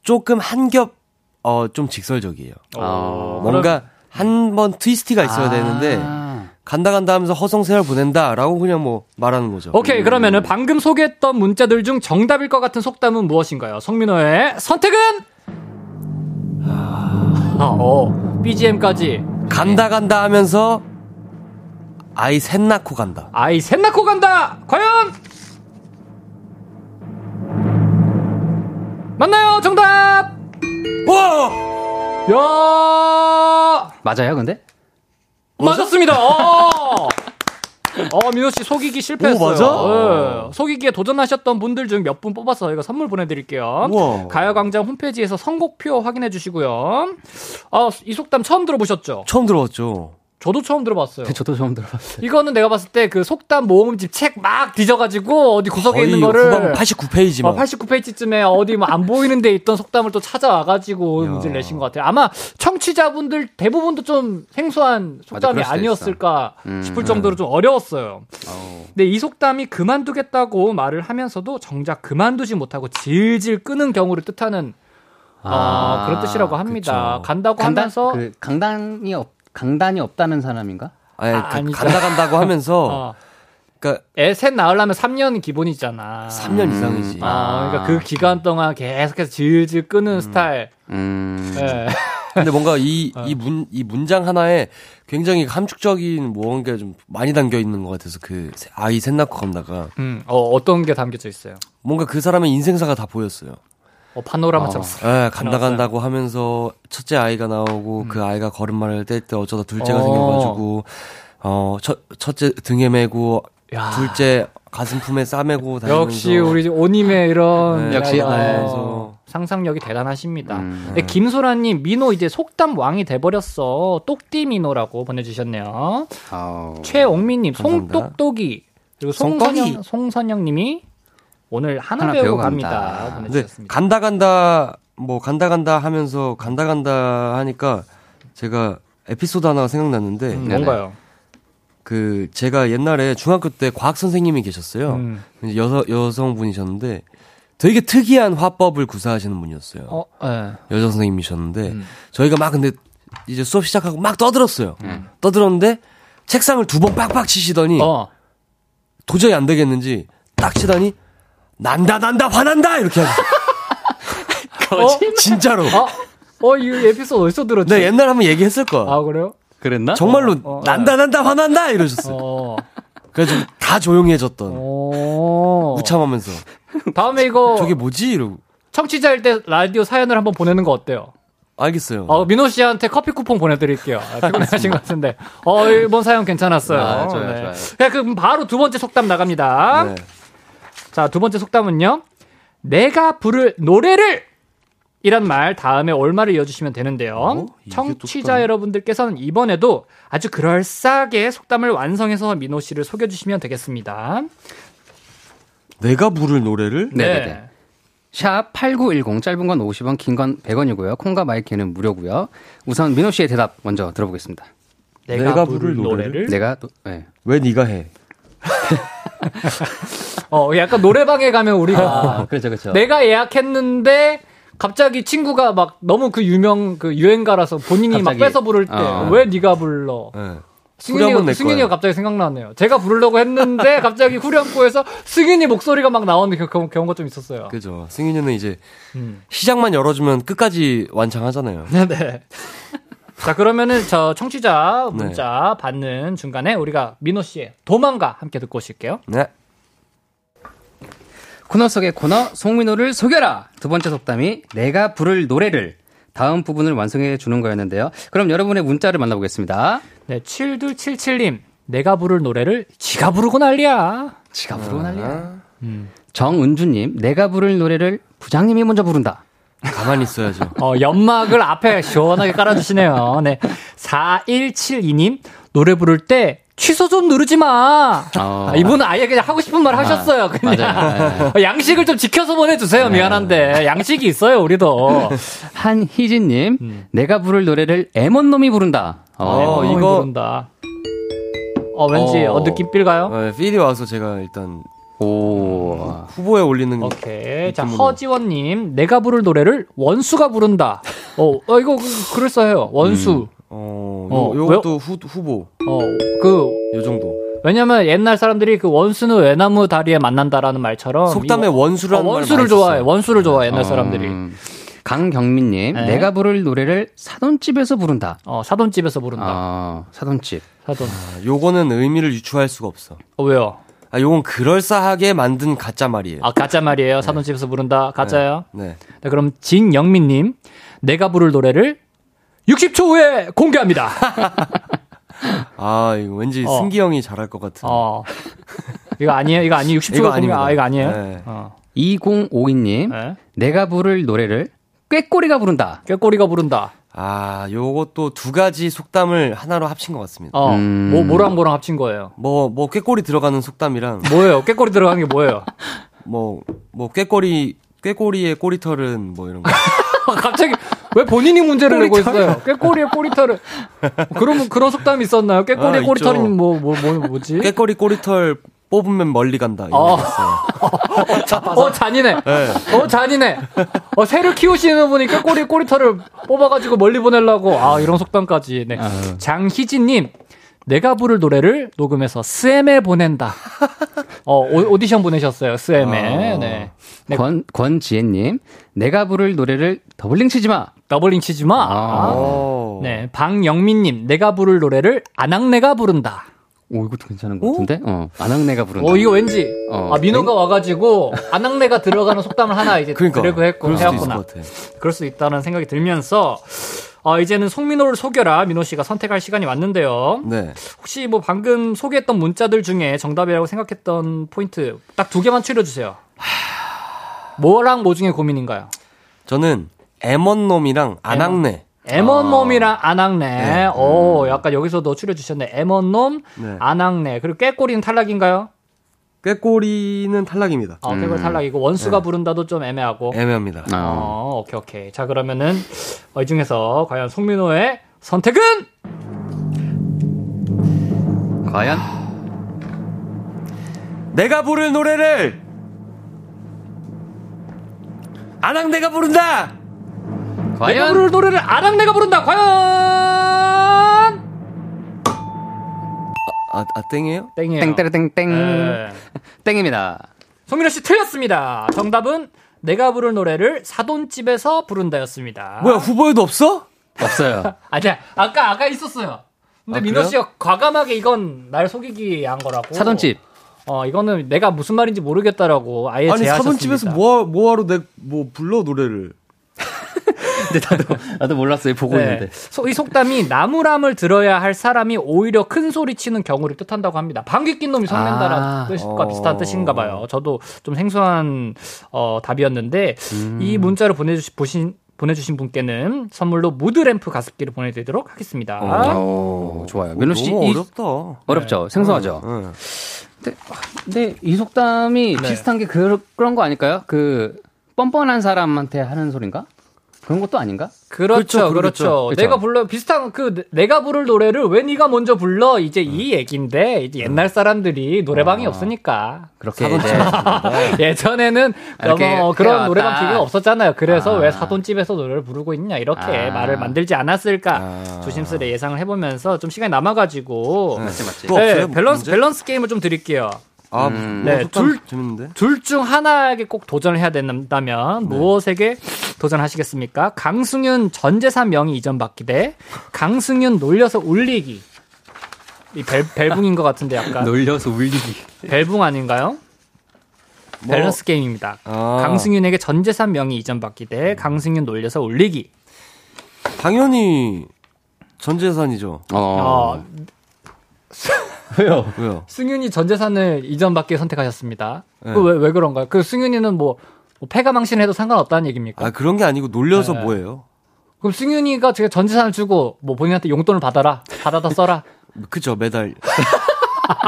H: 조금 한겹 어 좀 직설적이에요. 어. 뭔가 한 번 트위스트가 있어야 되는데
B: 아.
H: 간다 간다 하면서 허송세월 보낸다라고 그냥 뭐 말하는 거죠.
A: 오케이,
B: 음.
A: 그러면은 방금 소개했던 문자들 중 정답일 것 같은 속담은 무엇인가요? 성민호의 선택은? 아, 어. BGM까지
H: 간다 간다 하면서 아이 셋 낳고 간다.
A: 아이 셋 낳고 간다! 과연! 맞나요? 정답!
H: 와!
A: 야!
B: 맞아요, 근데?
A: 맞았습니다. 어. 어, 민호 씨 속이기 실패했어요.
H: 오, 맞아?
A: 예. 속이기에 도전하셨던 분들 중 몇 분 뽑아서 저희가 선물 보내드릴게요.
H: 우와.
A: 가요광장 홈페이지에서 선곡표 확인해 주시고요. 어, 이 속담 아, 처음 들어보셨죠?
H: 처음 들어봤죠.
A: 저도 처음 들어봤어요.
B: 저도 처음 들어봤어요.
A: 이거는 내가 봤을 때 그 속담 모음집 책 막 뒤져가지고 어디 구석에 있는 거를
H: 89페이지만.
B: 뭐.
A: 어, 89페이지쯤에 어디 뭐 안 보이는 데 있던 속담을 또 찾아와가지고 문제를 내신 것 같아요. 아마 청취자분들 대부분도 좀 생소한 속담이
B: 그럴 수도 음,
A: 아니었을까 싶을 정도로 좀 어려웠어요. 근데 이 속담이 그만두겠다고 말을 하면서도 정작 그만두지 못하고 질질 끄는 경우를 뜻하는 어,
B: 아,
A: 그런 뜻이라고 합니다.
B: 그쵸.
A: 간다고 하면서
B: 그 강단이 없 강단이 없다는 사람인가?
H: 아니,
A: 아,
H: 그
A: 아니죠.
H: 간다 간다고 하면서
A: <laughs> 어,
H: 그러니까
A: 애셋 낳으려면 3년 기본이잖아.
H: 3년 이상이지.
A: 아, 그러니까 그 기간 동안 계속해서 질질 끄는 스타일.
B: 음.
A: 예.
H: 근데 뭔가
A: <laughs>
H: 이
A: 어.
H: 이 문 이 문장 하나에 굉장히 함축적인 뭔가 좀 많이 담겨 있는 것 같아서 그 세- 아이 셋 낳고 간다가
A: 음, 어, 어떤 게 담겨져 있어요?
H: 뭔가 그 사람의 인생사가 다 보였어요.
A: 어, 파노라마처럼. 쓱.
H: 예, 간다 간다고
A: 네.
H: 하면서 첫째 아이가 나오고 그 아이가 걸음마를 뗄 때 어쩌다 둘째가
A: 어.
H: 생겨가지고 어 첫 첫째 등에 메고
A: 야.
H: 둘째 가슴 품에 싸매고 다니면서
A: 역시 우리 오님의 이런
H: 네,
B: 역시,
A: 어,
B: 네.
H: 그래서. 음, 네.
A: 상상력이 대단하십니다. 근데 김소라님 민호 이제 속담 왕이 돼버렸어. 똑띠 민호라고 보내주셨네요.
B: 어,
A: 최옥민님
H: 감사합니다.
A: 송똑똑이 그리고
H: 송떡이.
A: 송선영 송선영님이 오늘 하나,
B: 하나
A: 배우고
B: 배우고
A: 갑니다.
B: 갑니다.
H: 근데
A: 보내주셨습니다.
H: 간다 간다 뭐 간다 간다 하면서 간다 간다 하니까 제가 에피소드 하나 가 생각났는데
A: 음, 뭔가요?
H: 그 제가 옛날에 중학교 때 과학 선생님이 계셨어요.
A: 음.
H: 이제 여성 여성분이셨는데 되게 특이한 화법을 구사하시는 분이었어요.
A: 어, 예.
H: 여자 선생님이셨는데
A: 음.
H: 저희가 막 근데 이제 수업 시작하고 막 떠들었어요. 떠들었는데 책상을 두 번 빡빡 치시더니
A: 음. 어.
H: 도저히 안 되겠는지 딱 치더니 난다 난다 화난다
A: <laughs>
H: 이렇게 하셨어요.
A: 거짓말.
H: 진짜로.
A: 어? 어, 이 에피소드 어디서 들었지?
H: 네 옛날 한번 얘기했을 거야.
A: 아, 그래요?
B: 그랬나?
H: 정말로
A: 어, 어,
H: 난다 난다 화난다 이러셨어요.
A: 어.
H: 그래서 다 조용해졌던
A: 오.
H: 무참하면서
A: 어. 다음에 이거
H: 저게 뭐지 이러고
A: 청취자일 때 라디오 사연을 한번 보내는 거 어때요?
H: 알겠어요.
A: 어, 민호 씨한테 커피 쿠폰 보내드릴게요. 아, 피곤하신 것 같은데. 어, 이번 사연 괜찮았어요. 네.
B: 아, 좋아요, 좋아요.
A: 그냥 그럼 바로 두 번째 속담 나갑니다.
H: 네.
A: 자, 두 번째 속담은요. 내가 부를 노래를! 이란 말 다음에 얼마를 이어주시면 되는데요.
H: 이게
A: 청취자
H: 속담.
A: 여러분들께서는 이번에도 아주 그럴싸하게 속담을 완성해서 민호 씨를 속여주시면 되겠습니다.
H: 내가 부를 노래를
B: 네네네. 샵 8910 짧은 건 50원, 긴 건 100원이고요. 콩과 마이크는 무료고요. 우선 민호 씨의 대답 먼저 들어보겠습니다.
A: 내가,
H: 내가
A: 부를
H: 부를
A: 노래를.
B: 내가 또- 네.
H: 왜 네가 해?
A: 어, 약간 노래방에 가면 우리가
B: 그렇죠, 그렇죠.
A: 내가 예약했는데 갑자기 친구가 막 너무 그 유명 그 유행가라서 본인이
B: 갑자기.
A: 막 뺏어 부를 때
B: 어.
A: 왜 네가 불러?
H: 네. 후렴은
A: 승윤이가
H: 내
A: 승윤이가
H: 거야.
A: 갑자기 생각나네요. 제가 부르려고 했는데 갑자기 후렴구에서 승윤이 목소리가 막 나오는 그- 그런 경우가 좀 있었어요.
H: 그죠. 승윤이는 이제
A: 음.
H: 시작만 열어주면 끝까지 완창하잖아요.
A: 네네. <laughs> 자 그러면은 저 청취자 문자 받는 중간에 우리가 민호 씨의 도망가 함께 듣고 오실게요.
H: 네.
B: 코너 속의 코너 송민호를 속여라 두 번째 속담이 내가 부를 노래를 다음 부분을 완성해 주는 거였는데요. 그럼 여러분의 문자를 만나보겠습니다.
A: 네 7277님 내가 부를 노래를 지가 부르고 난리야.
B: 지가 부르고 난리야. 정은주님 내가 부를 노래를 부장님이 먼저 부른다.
H: 가만히 있어야죠.
A: 어, 연막을 앞에 시원하게 깔아주시네요. 네. 4172님, 노래 부를 때 취소 좀 누르지 마.
B: 어.
A: 아, 이분은 아예 그냥 하고 싶은 말 하셨어요. 그냥.
B: 맞아요.
A: 어, 양식을 좀 지켜서 보내주세요. 미안한데. 양식이 있어요, 우리도.
B: 한희진님 내가 부를 노래를 애먼 놈이 부른다. 음. 어,
H: 어,
A: 이
H: 이거-
A: 부른다. 어, 왠지,
B: 어.
A: 어, 느낌 삘가요?
H: 어, 필이 와서 제가 일단 어,
B: 오.
H: 후보에 올리는
A: 오케이. 자,
H: 느낌으로.
A: 허지원님, 내가 부를 노래를 원수가 부른다. 어, 어, 이거 그- 그럴싸해요. 원수.
H: 어,
A: 어,
H: 요, 요것도 후, 후보
A: 어, 그,
H: 요 정도.
A: 왜냐면 옛날 사람들이 그 원수는 외나무 다리에 만난다라는 말처럼
H: 속담에
A: 이- 어,
H: 원수라는
A: 원수를
H: 말
A: 좋아해 원수를 좋아해 옛날 사람들이
B: 음. 강경민님
A: 네.
B: 내가 부를 노래를 사돈집에서 부른다.
A: 어, 사돈집에서 부른다
B: 아 사돈집.
A: 사돈
H: 아, 요거는 의미를 유추할 수가 없어.
A: 어, 왜요
H: 아, 요건 그럴싸하게 만든 가짜 말이에요.
A: 아 가짜 말이에요 사돈집에서 부른다 가짜요
H: 네.
A: 네, 그럼 진영민님 내가 부를 노래를 60초 후에 공개합니다
H: <laughs> 아, 이거 왠지
A: 어.
H: 승기 형이 잘할 것 같은.
A: 어 이거 아니에요 이거 아니에요 60초
H: 이거
A: 후에 공개
H: 아닙니다.
A: 아 이거 아니에요
H: 네.
A: 어.
B: 2052님
A: 네.
B: 내가 부를 노래를 꾀꼬리가 부른다.
A: 꾀꼬리가 부른다
H: 아, 요것도 두 가지 속담을 하나로 합친 것 같습니다.
A: 어,
H: 음.
A: 뭐, 뭐랑 뭐랑 합친 거예요?
H: 뭐, 뭐, 꾀꼬리 들어가는 속담이랑,
A: 뭐예요? 꾀꼬리 들어가는 게 뭐예요?
H: 뭐, 뭐, 꾀꼬리, 꾀꼬리의 꼬리털은 뭐
A: 아,
H: 이런 거.
A: <laughs> 갑자기 왜 본인이 문제를 내고 있어요? 꾀꼬리에 꼬리털을. 그런, 그런 속담이 있었나요? 꾀꼬리에
H: 아,
A: 꼬리털이
H: 있죠.
A: 뭐, 뭐, 뭐, 뭐지?
H: 꾀꼬리 꼬리털 뽑으면 멀리 간다. 이런
A: 어.
H: 거 있어요.
A: 어, 잔인해.
H: 네.
A: 어, 잔인해. 어, 새를 키우시는 분이 꾀꼬리 꼬리털을 뽑아가지고 멀리 보내려고. 아, 이런 속담까지. 네.
H: 아.
A: 장희진님, 내가 부를 노래를 녹음해서 스엠에 보낸다. 어, 오, 디션 보내셨어요.
H: 아.
A: 스엠에. 네. 네.
B: 권, 권지혜님, 내가 부를 노래를 더블링 치지 마!
A: 더블링 치지 마.
H: 어.
A: 네. 방영민님, 내가 부를 노래를 안악내가 부른다.
B: 오, 이것도 괜찮은 것 같은데? 어, 안학내가 부른다.
A: 어, 이거 왠지.
B: 어.
A: 아, 민호가 와가지고 안악내가 들어가는 속담을 하나 이제
H: 그러니까.
A: 드래그 했고.
H: 그럴 수도 있을
A: 해왔구나.
H: 것 같아.
A: 그럴 수 있다는 생각이 들면서 어, 이제는 송민호를 속여라 민호 씨가 선택할 시간이 왔는데요.
H: 네.
A: 혹시 뭐 방금 소개했던 문자들 중에 정답이라고 생각했던 포인트 딱 두 개만 추려주세요. 뭐랑 뭐 중에 고민인가요?
H: 저는 M1 놈이랑 안악내.
A: M1놈이랑
H: 아.
A: 안악내. 오, 약간 여기서도 추려주셨네. M1놈,
H: 음. 네.
A: 안악내. 그리고 깨꼬리는 탈락인가요?
H: 꾀꼬리는 탈락입니다.
A: 어, 깨꼬리 탈락이고, 원수가
H: 네.
A: 부른다도 좀 애매하고.
H: 애매합니다.
A: 어, 오케이, 오케이. 자, 그러면은, 어, 이 중에서 과연 송민호의 선택은?
B: 과연?
H: 내가 부를 노래를 안악내가 부른다.
A: 내가
B: 과연?
A: 부를 노래를 아랑내가 부른다. 과연
H: 아, 아 땡이에요?
A: 땡이에요.
B: 땡땡땡땡.
A: 네.
B: 땡입니다.
A: 송민호 씨 틀렸습니다. 정답은 내가 부를 노래를 사돈집에서 부른다였습니다.
H: 뭐야 후보에도 없어?
B: 없어요.
A: 아니야. 아까 아까 있었어요. 근데
H: 아,
A: 민호
H: 그래요?
A: 씨가 과감하게 이건 날 속이기 한 거라고.
B: 사돈집.
A: 어 이거는 내가 무슨 말인지 모르겠다라고 아예
H: 아니
A: 제하셨습니다.
H: 사돈집에서 뭐 뭐하러 내 뭐 불러 노래를?
B: 근데 나도, 나도 몰랐어요. 보고
A: 네.
B: 있는데.
A: 소- 이 속담이 나무람을 들어야 할 사람이 오히려 큰 소리 치는 경우를 뜻한다고 합니다. 방귀 낀 놈이 성낸다라는
B: 아.
A: 뜻과
H: 어.
A: 비슷한 뜻인가 봐요. 저도 좀 생소한 어, 답이었는데 이 문자를 보내주신 보신 보내주신 분께는 선물로 무드램프 가습기를 보내드리도록 하겠습니다.
B: 어. 오, 좋아요. 아. 민호 씨.
H: 너무
B: 이-
H: 어렵다.
B: 어렵죠. 생소하죠.
H: 응.
B: 근데 이 속담이
A: 네.
B: 비슷한 게 그, 그런 거 아닐까요? 그 뻔뻔한 사람한테 하는 소린가? 그런 것도 아닌가?
A: 그렇죠,
H: 그렇죠,
A: 그렇죠.
H: 그렇죠.
B: 그렇죠.
A: 내가 불러 비슷한 그 내- 내가 부를 노래를 왜 네가 먼저 불러 이제 이 얘긴데 이제 옛날 사람들이 노래방이 없으니까
B: 그렇게 네. 이제
A: 예전에는
B: 아. 이렇게
A: 어, 그런
B: 해왔다.
A: 노래방 기계가 없었잖아요. 그래서
B: 아.
A: 왜 사돈집에서 노래를 부르고 있냐 이렇게
B: 아.
A: 말을 만들지 않았을까 조심스레 예상을 해보면서 좀 시간이 남아가지고
B: <laughs> 맞지 맞지.
H: 또
A: 네,
H: 없어요?
A: 밸런스
H: 문제?
A: 밸런스 게임을 좀 드릴게요.
H: 아, 뭐
A: 네,
H: 속담
A: 둘-
H: 재밌는데.
A: 둘 중 하나에게 꼭 도전을 해야
B: 네.
A: 된다면 무엇에게 도전하시겠습니까? 강승윤 전재산 명의 이전 받기 대 강승윤 놀려서 울리기. 이 벨, 벨붕인 것 같은데 약간
B: <laughs> 놀려서 울리기.
A: 벨붕 아닌가요?
H: 뭐-
A: 밸런스 게임입니다.
H: 아.
A: 강승윤에게 전재산 명의 이전 받기 대 강승윤 놀려서 울리기.
H: 당연히 전 재산이죠.
B: 어.
A: 어,
H: 왜요?
A: 승윤이 전재산을 이전 받기 선택하셨습니다.
H: 네.
A: 그 왜, 왜 그런가요? 그 승윤이는 뭐, 뭐 패가 망신해도 상관없다는 얘기입니까?
H: 아 그런 게 아니고 놀려서
A: 네.
H: 뭐예요?
A: 그럼 승윤이가 제가 전재산을 주고 뭐 본인한테 용돈을 받아라 받아다 써라
H: 그죠 매달 <laughs>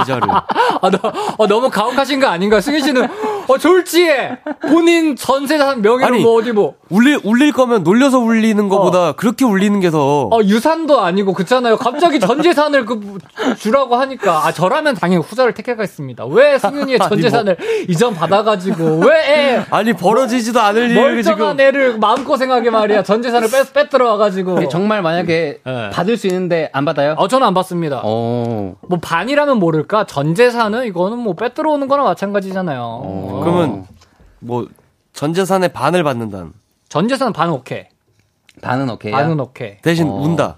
H: 이자를.
A: 아, 너, 어, 너무 가혹하신 거 아닌가 승윤 씨는 어 졸지에 본인 전세산 명의로
H: 아니.
A: 뭐 어디 뭐
H: 울릴 울릴 거면 놀려서 울리는 거보다 그렇게 울리는 게더
A: 어, 유산도 아니고 그렇잖아요 갑자기 전재산을 그 주라고 하니까 아 저라면 당연히 후자를 택해가겠습니다 왜 승윤이의 전재산을 이전 받아가지고 왜 애,
H: 아니 벌어지지도 않을 일을
A: 멀쩡한
H: 지금
A: 애를 마음고생하게 말이야 전재산을 빼, 빼들어와가지고
B: 근데 정말 만약에
A: 네.
B: 받을 수 있는데 안 받아요?
A: 어 저는 안 봤습니다
B: 어.
A: 뭐 반이라면 모를까 전재산은 이거는 뭐 빼들어오는 거나 마찬가지잖아요 어.
H: 그러면 뭐 전 재산의 반을 받는단
A: 전재산 반 오케이.
B: 반은 오케이야.
A: 반은 오케이. <laughs>
H: 대신 운다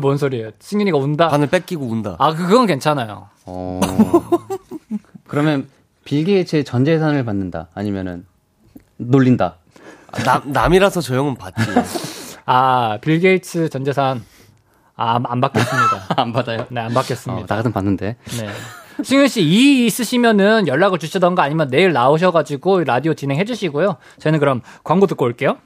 A: 뭔 소리예요? 승윤이가 운다.
H: 반을 뺏기고 운다
A: 아 그건 괜찮아요.
B: 어. <laughs> 그러면 빌 게이츠의 전 재산을 받는다. 아니면은 놀린다.
H: 아, 남 남이라서 저
A: <laughs>
H: 형은 받지
A: 아 빌 게이츠 전재산 아안 받겠습니다.
B: <laughs>
A: <laughs>
B: 안 받아요.
A: 네 안
B: 어,
A: 받겠습니다.
B: 나 같은 받는데.
A: 네. 승윤 씨 이 있으시면은 연락을 주시던가 아니면 내일 나오셔가지고 라디오 진행해 주시고요. 저희는 그럼 광고 듣고 올게요.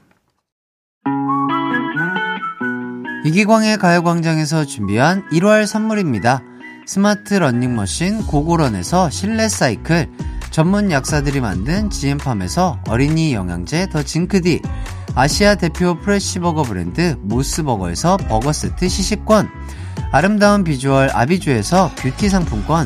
F: 이기광의 가요광장에서 준비한 1월 선물입니다. 스마트 러닝머신 고고런에서 실내 사이클, 전문 약사들이 만든 지앤팜에서 어린이 영양제 더 징크디, 아시아 대표 프레시버거 브랜드 모스버거에서 버거세트 시식권, 아름다운 비주얼 아비주에서 뷰티 상품권,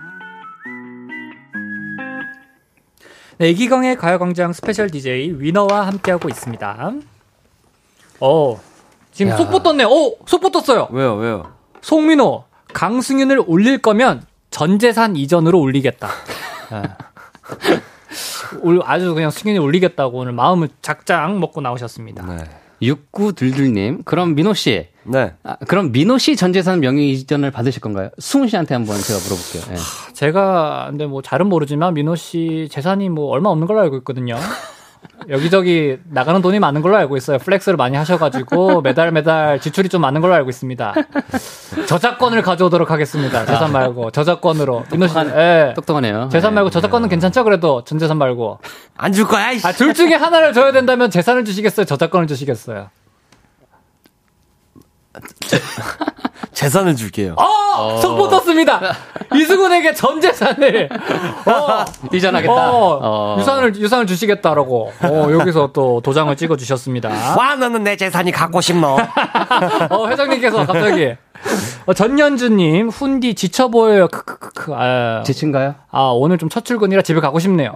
A: 네, 이기광의 가요광장 스페셜 DJ 위너와 함께하고 있습니다. 어, 지금 속 뻗었네. 어, 속 뻗었어요.
H: 왜요, 왜요?
A: 송민호, 강승윤을 올릴 거면 전재산 이전으로 올리겠다. <laughs> 올- 아주 그냥 승윤이 올리겠다고 오늘 마음을 작작 먹고 나오셨습니다.
H: 네.
B: 69둘둘님, 그럼 민호 씨.
H: 네.
B: 아, 그럼 민호 씨 전재산 명의 이전을 받으실 건가요? 승훈 씨한테 한번 제가 물어볼게요. 예.
A: 제가 근데 뭐 잘은 모르지만 민호 씨 재산이 뭐 얼마 없는 걸로 알고 있거든요. 여기저기 나가는 돈이 많은 걸로 알고 있어요. 플렉스를 많이 하셔가지고 매달 매달 지출이 좀 많은 걸로 알고 있습니다. 저작권을 가져오도록 하겠습니다. 재산 말고 저작권으로 민호 씨, 예.
B: 똑똑하네요.
A: 재산
B: 예.
A: 말고 저작권은 괜찮죠? 그래도 전 재산 말고
H: 안 줄 거야, 이씨.
A: 아 둘 중에 하나를 줘야 된다면 재산을 주시겠어요? 저작권을 주시겠어요?
H: 재산을 줄게요.
A: 어, 속보떴습니다 이승훈에게 전 재산을 어,
B: 이전하겠다.
A: 어,
B: 어.
A: 유산을 유산을 주시겠다라고 어, 여기서 또 도장을 찍어 주셨습니다.
H: 와, 너는 내 재산이 갖고 싶노.
A: 어, 회장님께서 갑자기 어, 전연주님 훈디 지쳐 보여요. 크크크크. 아,
B: 지친가요?
A: 아, 오늘 좀 첫 출근이라 집에 가고 싶네요.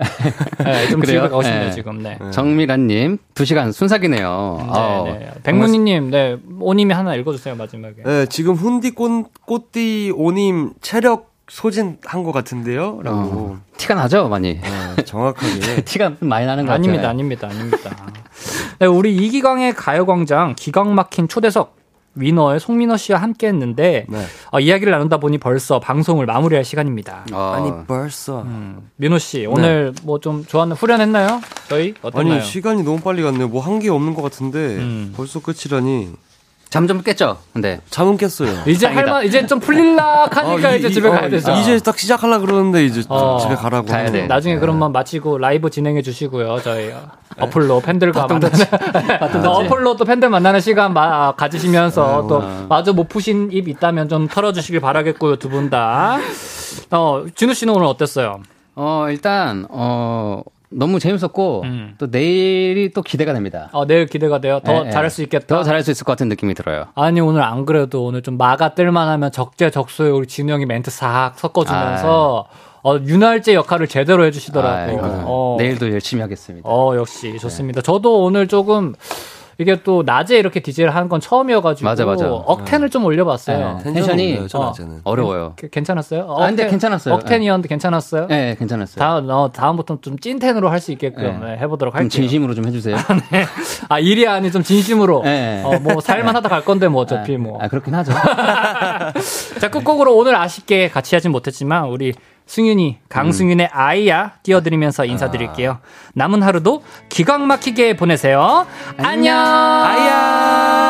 A: 네, 좀 집에
B: 그래요?
A: 가고 싶네요
B: 네.
A: 지금. 네.
B: 정미란님, 두 시간 순삭이네요.
A: 네,
B: 아우.
A: 네. 백문희님, 네 오님이 하나 읽어주세요 마지막에.
H: 네, 지금 훈디 꽃, 꽃띠 오님 체력 소진한 것 같은데요?
A: 어.
H: 라고.
B: 티가 나죠, <laughs> 많이.
H: 네, 정확하게.
B: 그
A: <laughs>
B: 티가 많이 나는 것 같아요.
A: 아닙니다, 아닙니다, 아닙니다. 네, 우리 이기광의 가요광장 기광 막힌 초대석 위너의 송민호 씨와 함께 했는데
H: 네.
A: 어, 이야기를 나누다 보니 벌써 방송을 마무리할 시간입니다.
B: 어.
H: 아니, 벌써.
A: 민호 씨 오늘 뭐 좀 좋아하는 후련했나요? 저희
H: 네. 아니,
A: 어땠나요?
H: 시간이 너무 빨리 갔네요. 뭐 한 게 없는 것 같은데
A: 음.
H: 벌써 끝이라니.
B: 잠좀 깼죠? 근데.
H: 잠은 깼어요.
A: <laughs> 이제 할만 이제 좀 풀릴라 하니까
H: 아,
A: 이제
H: 이-
A: 집에
H: 이-
A: 가야
H: 어,
A: 되죠.
H: 이제 딱 시작하려 그러는데 이제
A: 어,
H: 집에 가라고.
B: 가야 돼.
A: 나중에
H: 네.
A: 그런 건 마치고 라이브 진행해 주시고요. 저희 어플로 팬들과 <laughs> 만나는 또 어플로 또 팬들 만나는 시간 마- 아, 가지시면서
H: 아,
A: 또 마저 못 푸신 입 있다면 좀 털어주시길 바라겠고요 두 분 다. 어 진우 씨는 오늘 어땠어요?
B: 어, 일단, 어, 너무 재밌었고,
A: 음.
B: 또 내일이 또 기대가 됩니다.
A: 어, 내일 기대가 돼요.
H: 네,
A: 더
B: 예, 예.
A: 잘할 수 있겠다.
B: 더 잘할 수 있을 것 같은 느낌이 들어요.
A: 아니 오늘 안 그래도 오늘 좀 마가 뜰만 하면 적재적소에 우리 진우 형이 멘트 싹 섞어주면서 어, 윤활제 역할을 제대로
B: 아,
A: 해주시더라고요.
B: 이거는 네.
A: 어.
B: 내일도 열심히 하겠습니다.
A: 어, 역시 좋습니다. 저도 오늘 조금 이게 또 낮에 이렇게 DJ를 하는 건 처음이어가지고
B: 맞아, 맞아.
A: 억텐을 좀 올려봤어요.
B: 네. 텐션이-
A: 어.
H: 저는
B: 어려워요.
A: 게- 괜찮았어요?
B: 아, 근데 괜찮았어요.
A: 억텐이었는데 괜찮았어요?
B: 예, 네, 괜찮았어요.
A: 다음, 어, 다음부터는 좀 찐텐으로 할 수 있게끔
B: 네.
A: 네, 해보도록
B: 좀
A: 할게요. <laughs>
B: 진심으로 좀 해주세요.
A: 아, 일이 아닌 좀 진심으로.
B: 네.
A: 어, 뭐, 살만하다 갈 건데, 뭐, 어차피 뭐.
B: 아,
A: <laughs>
B: 그렇긴 하죠.
A: 자, 끝곡으로 오늘 아쉽게 같이 하진 못했지만, 우리 승윤이, 강승윤의 아이야 띄워드리면서 인사드릴게요. 남은 하루도 기광 막히게 보내세요. 안녕! 아이야!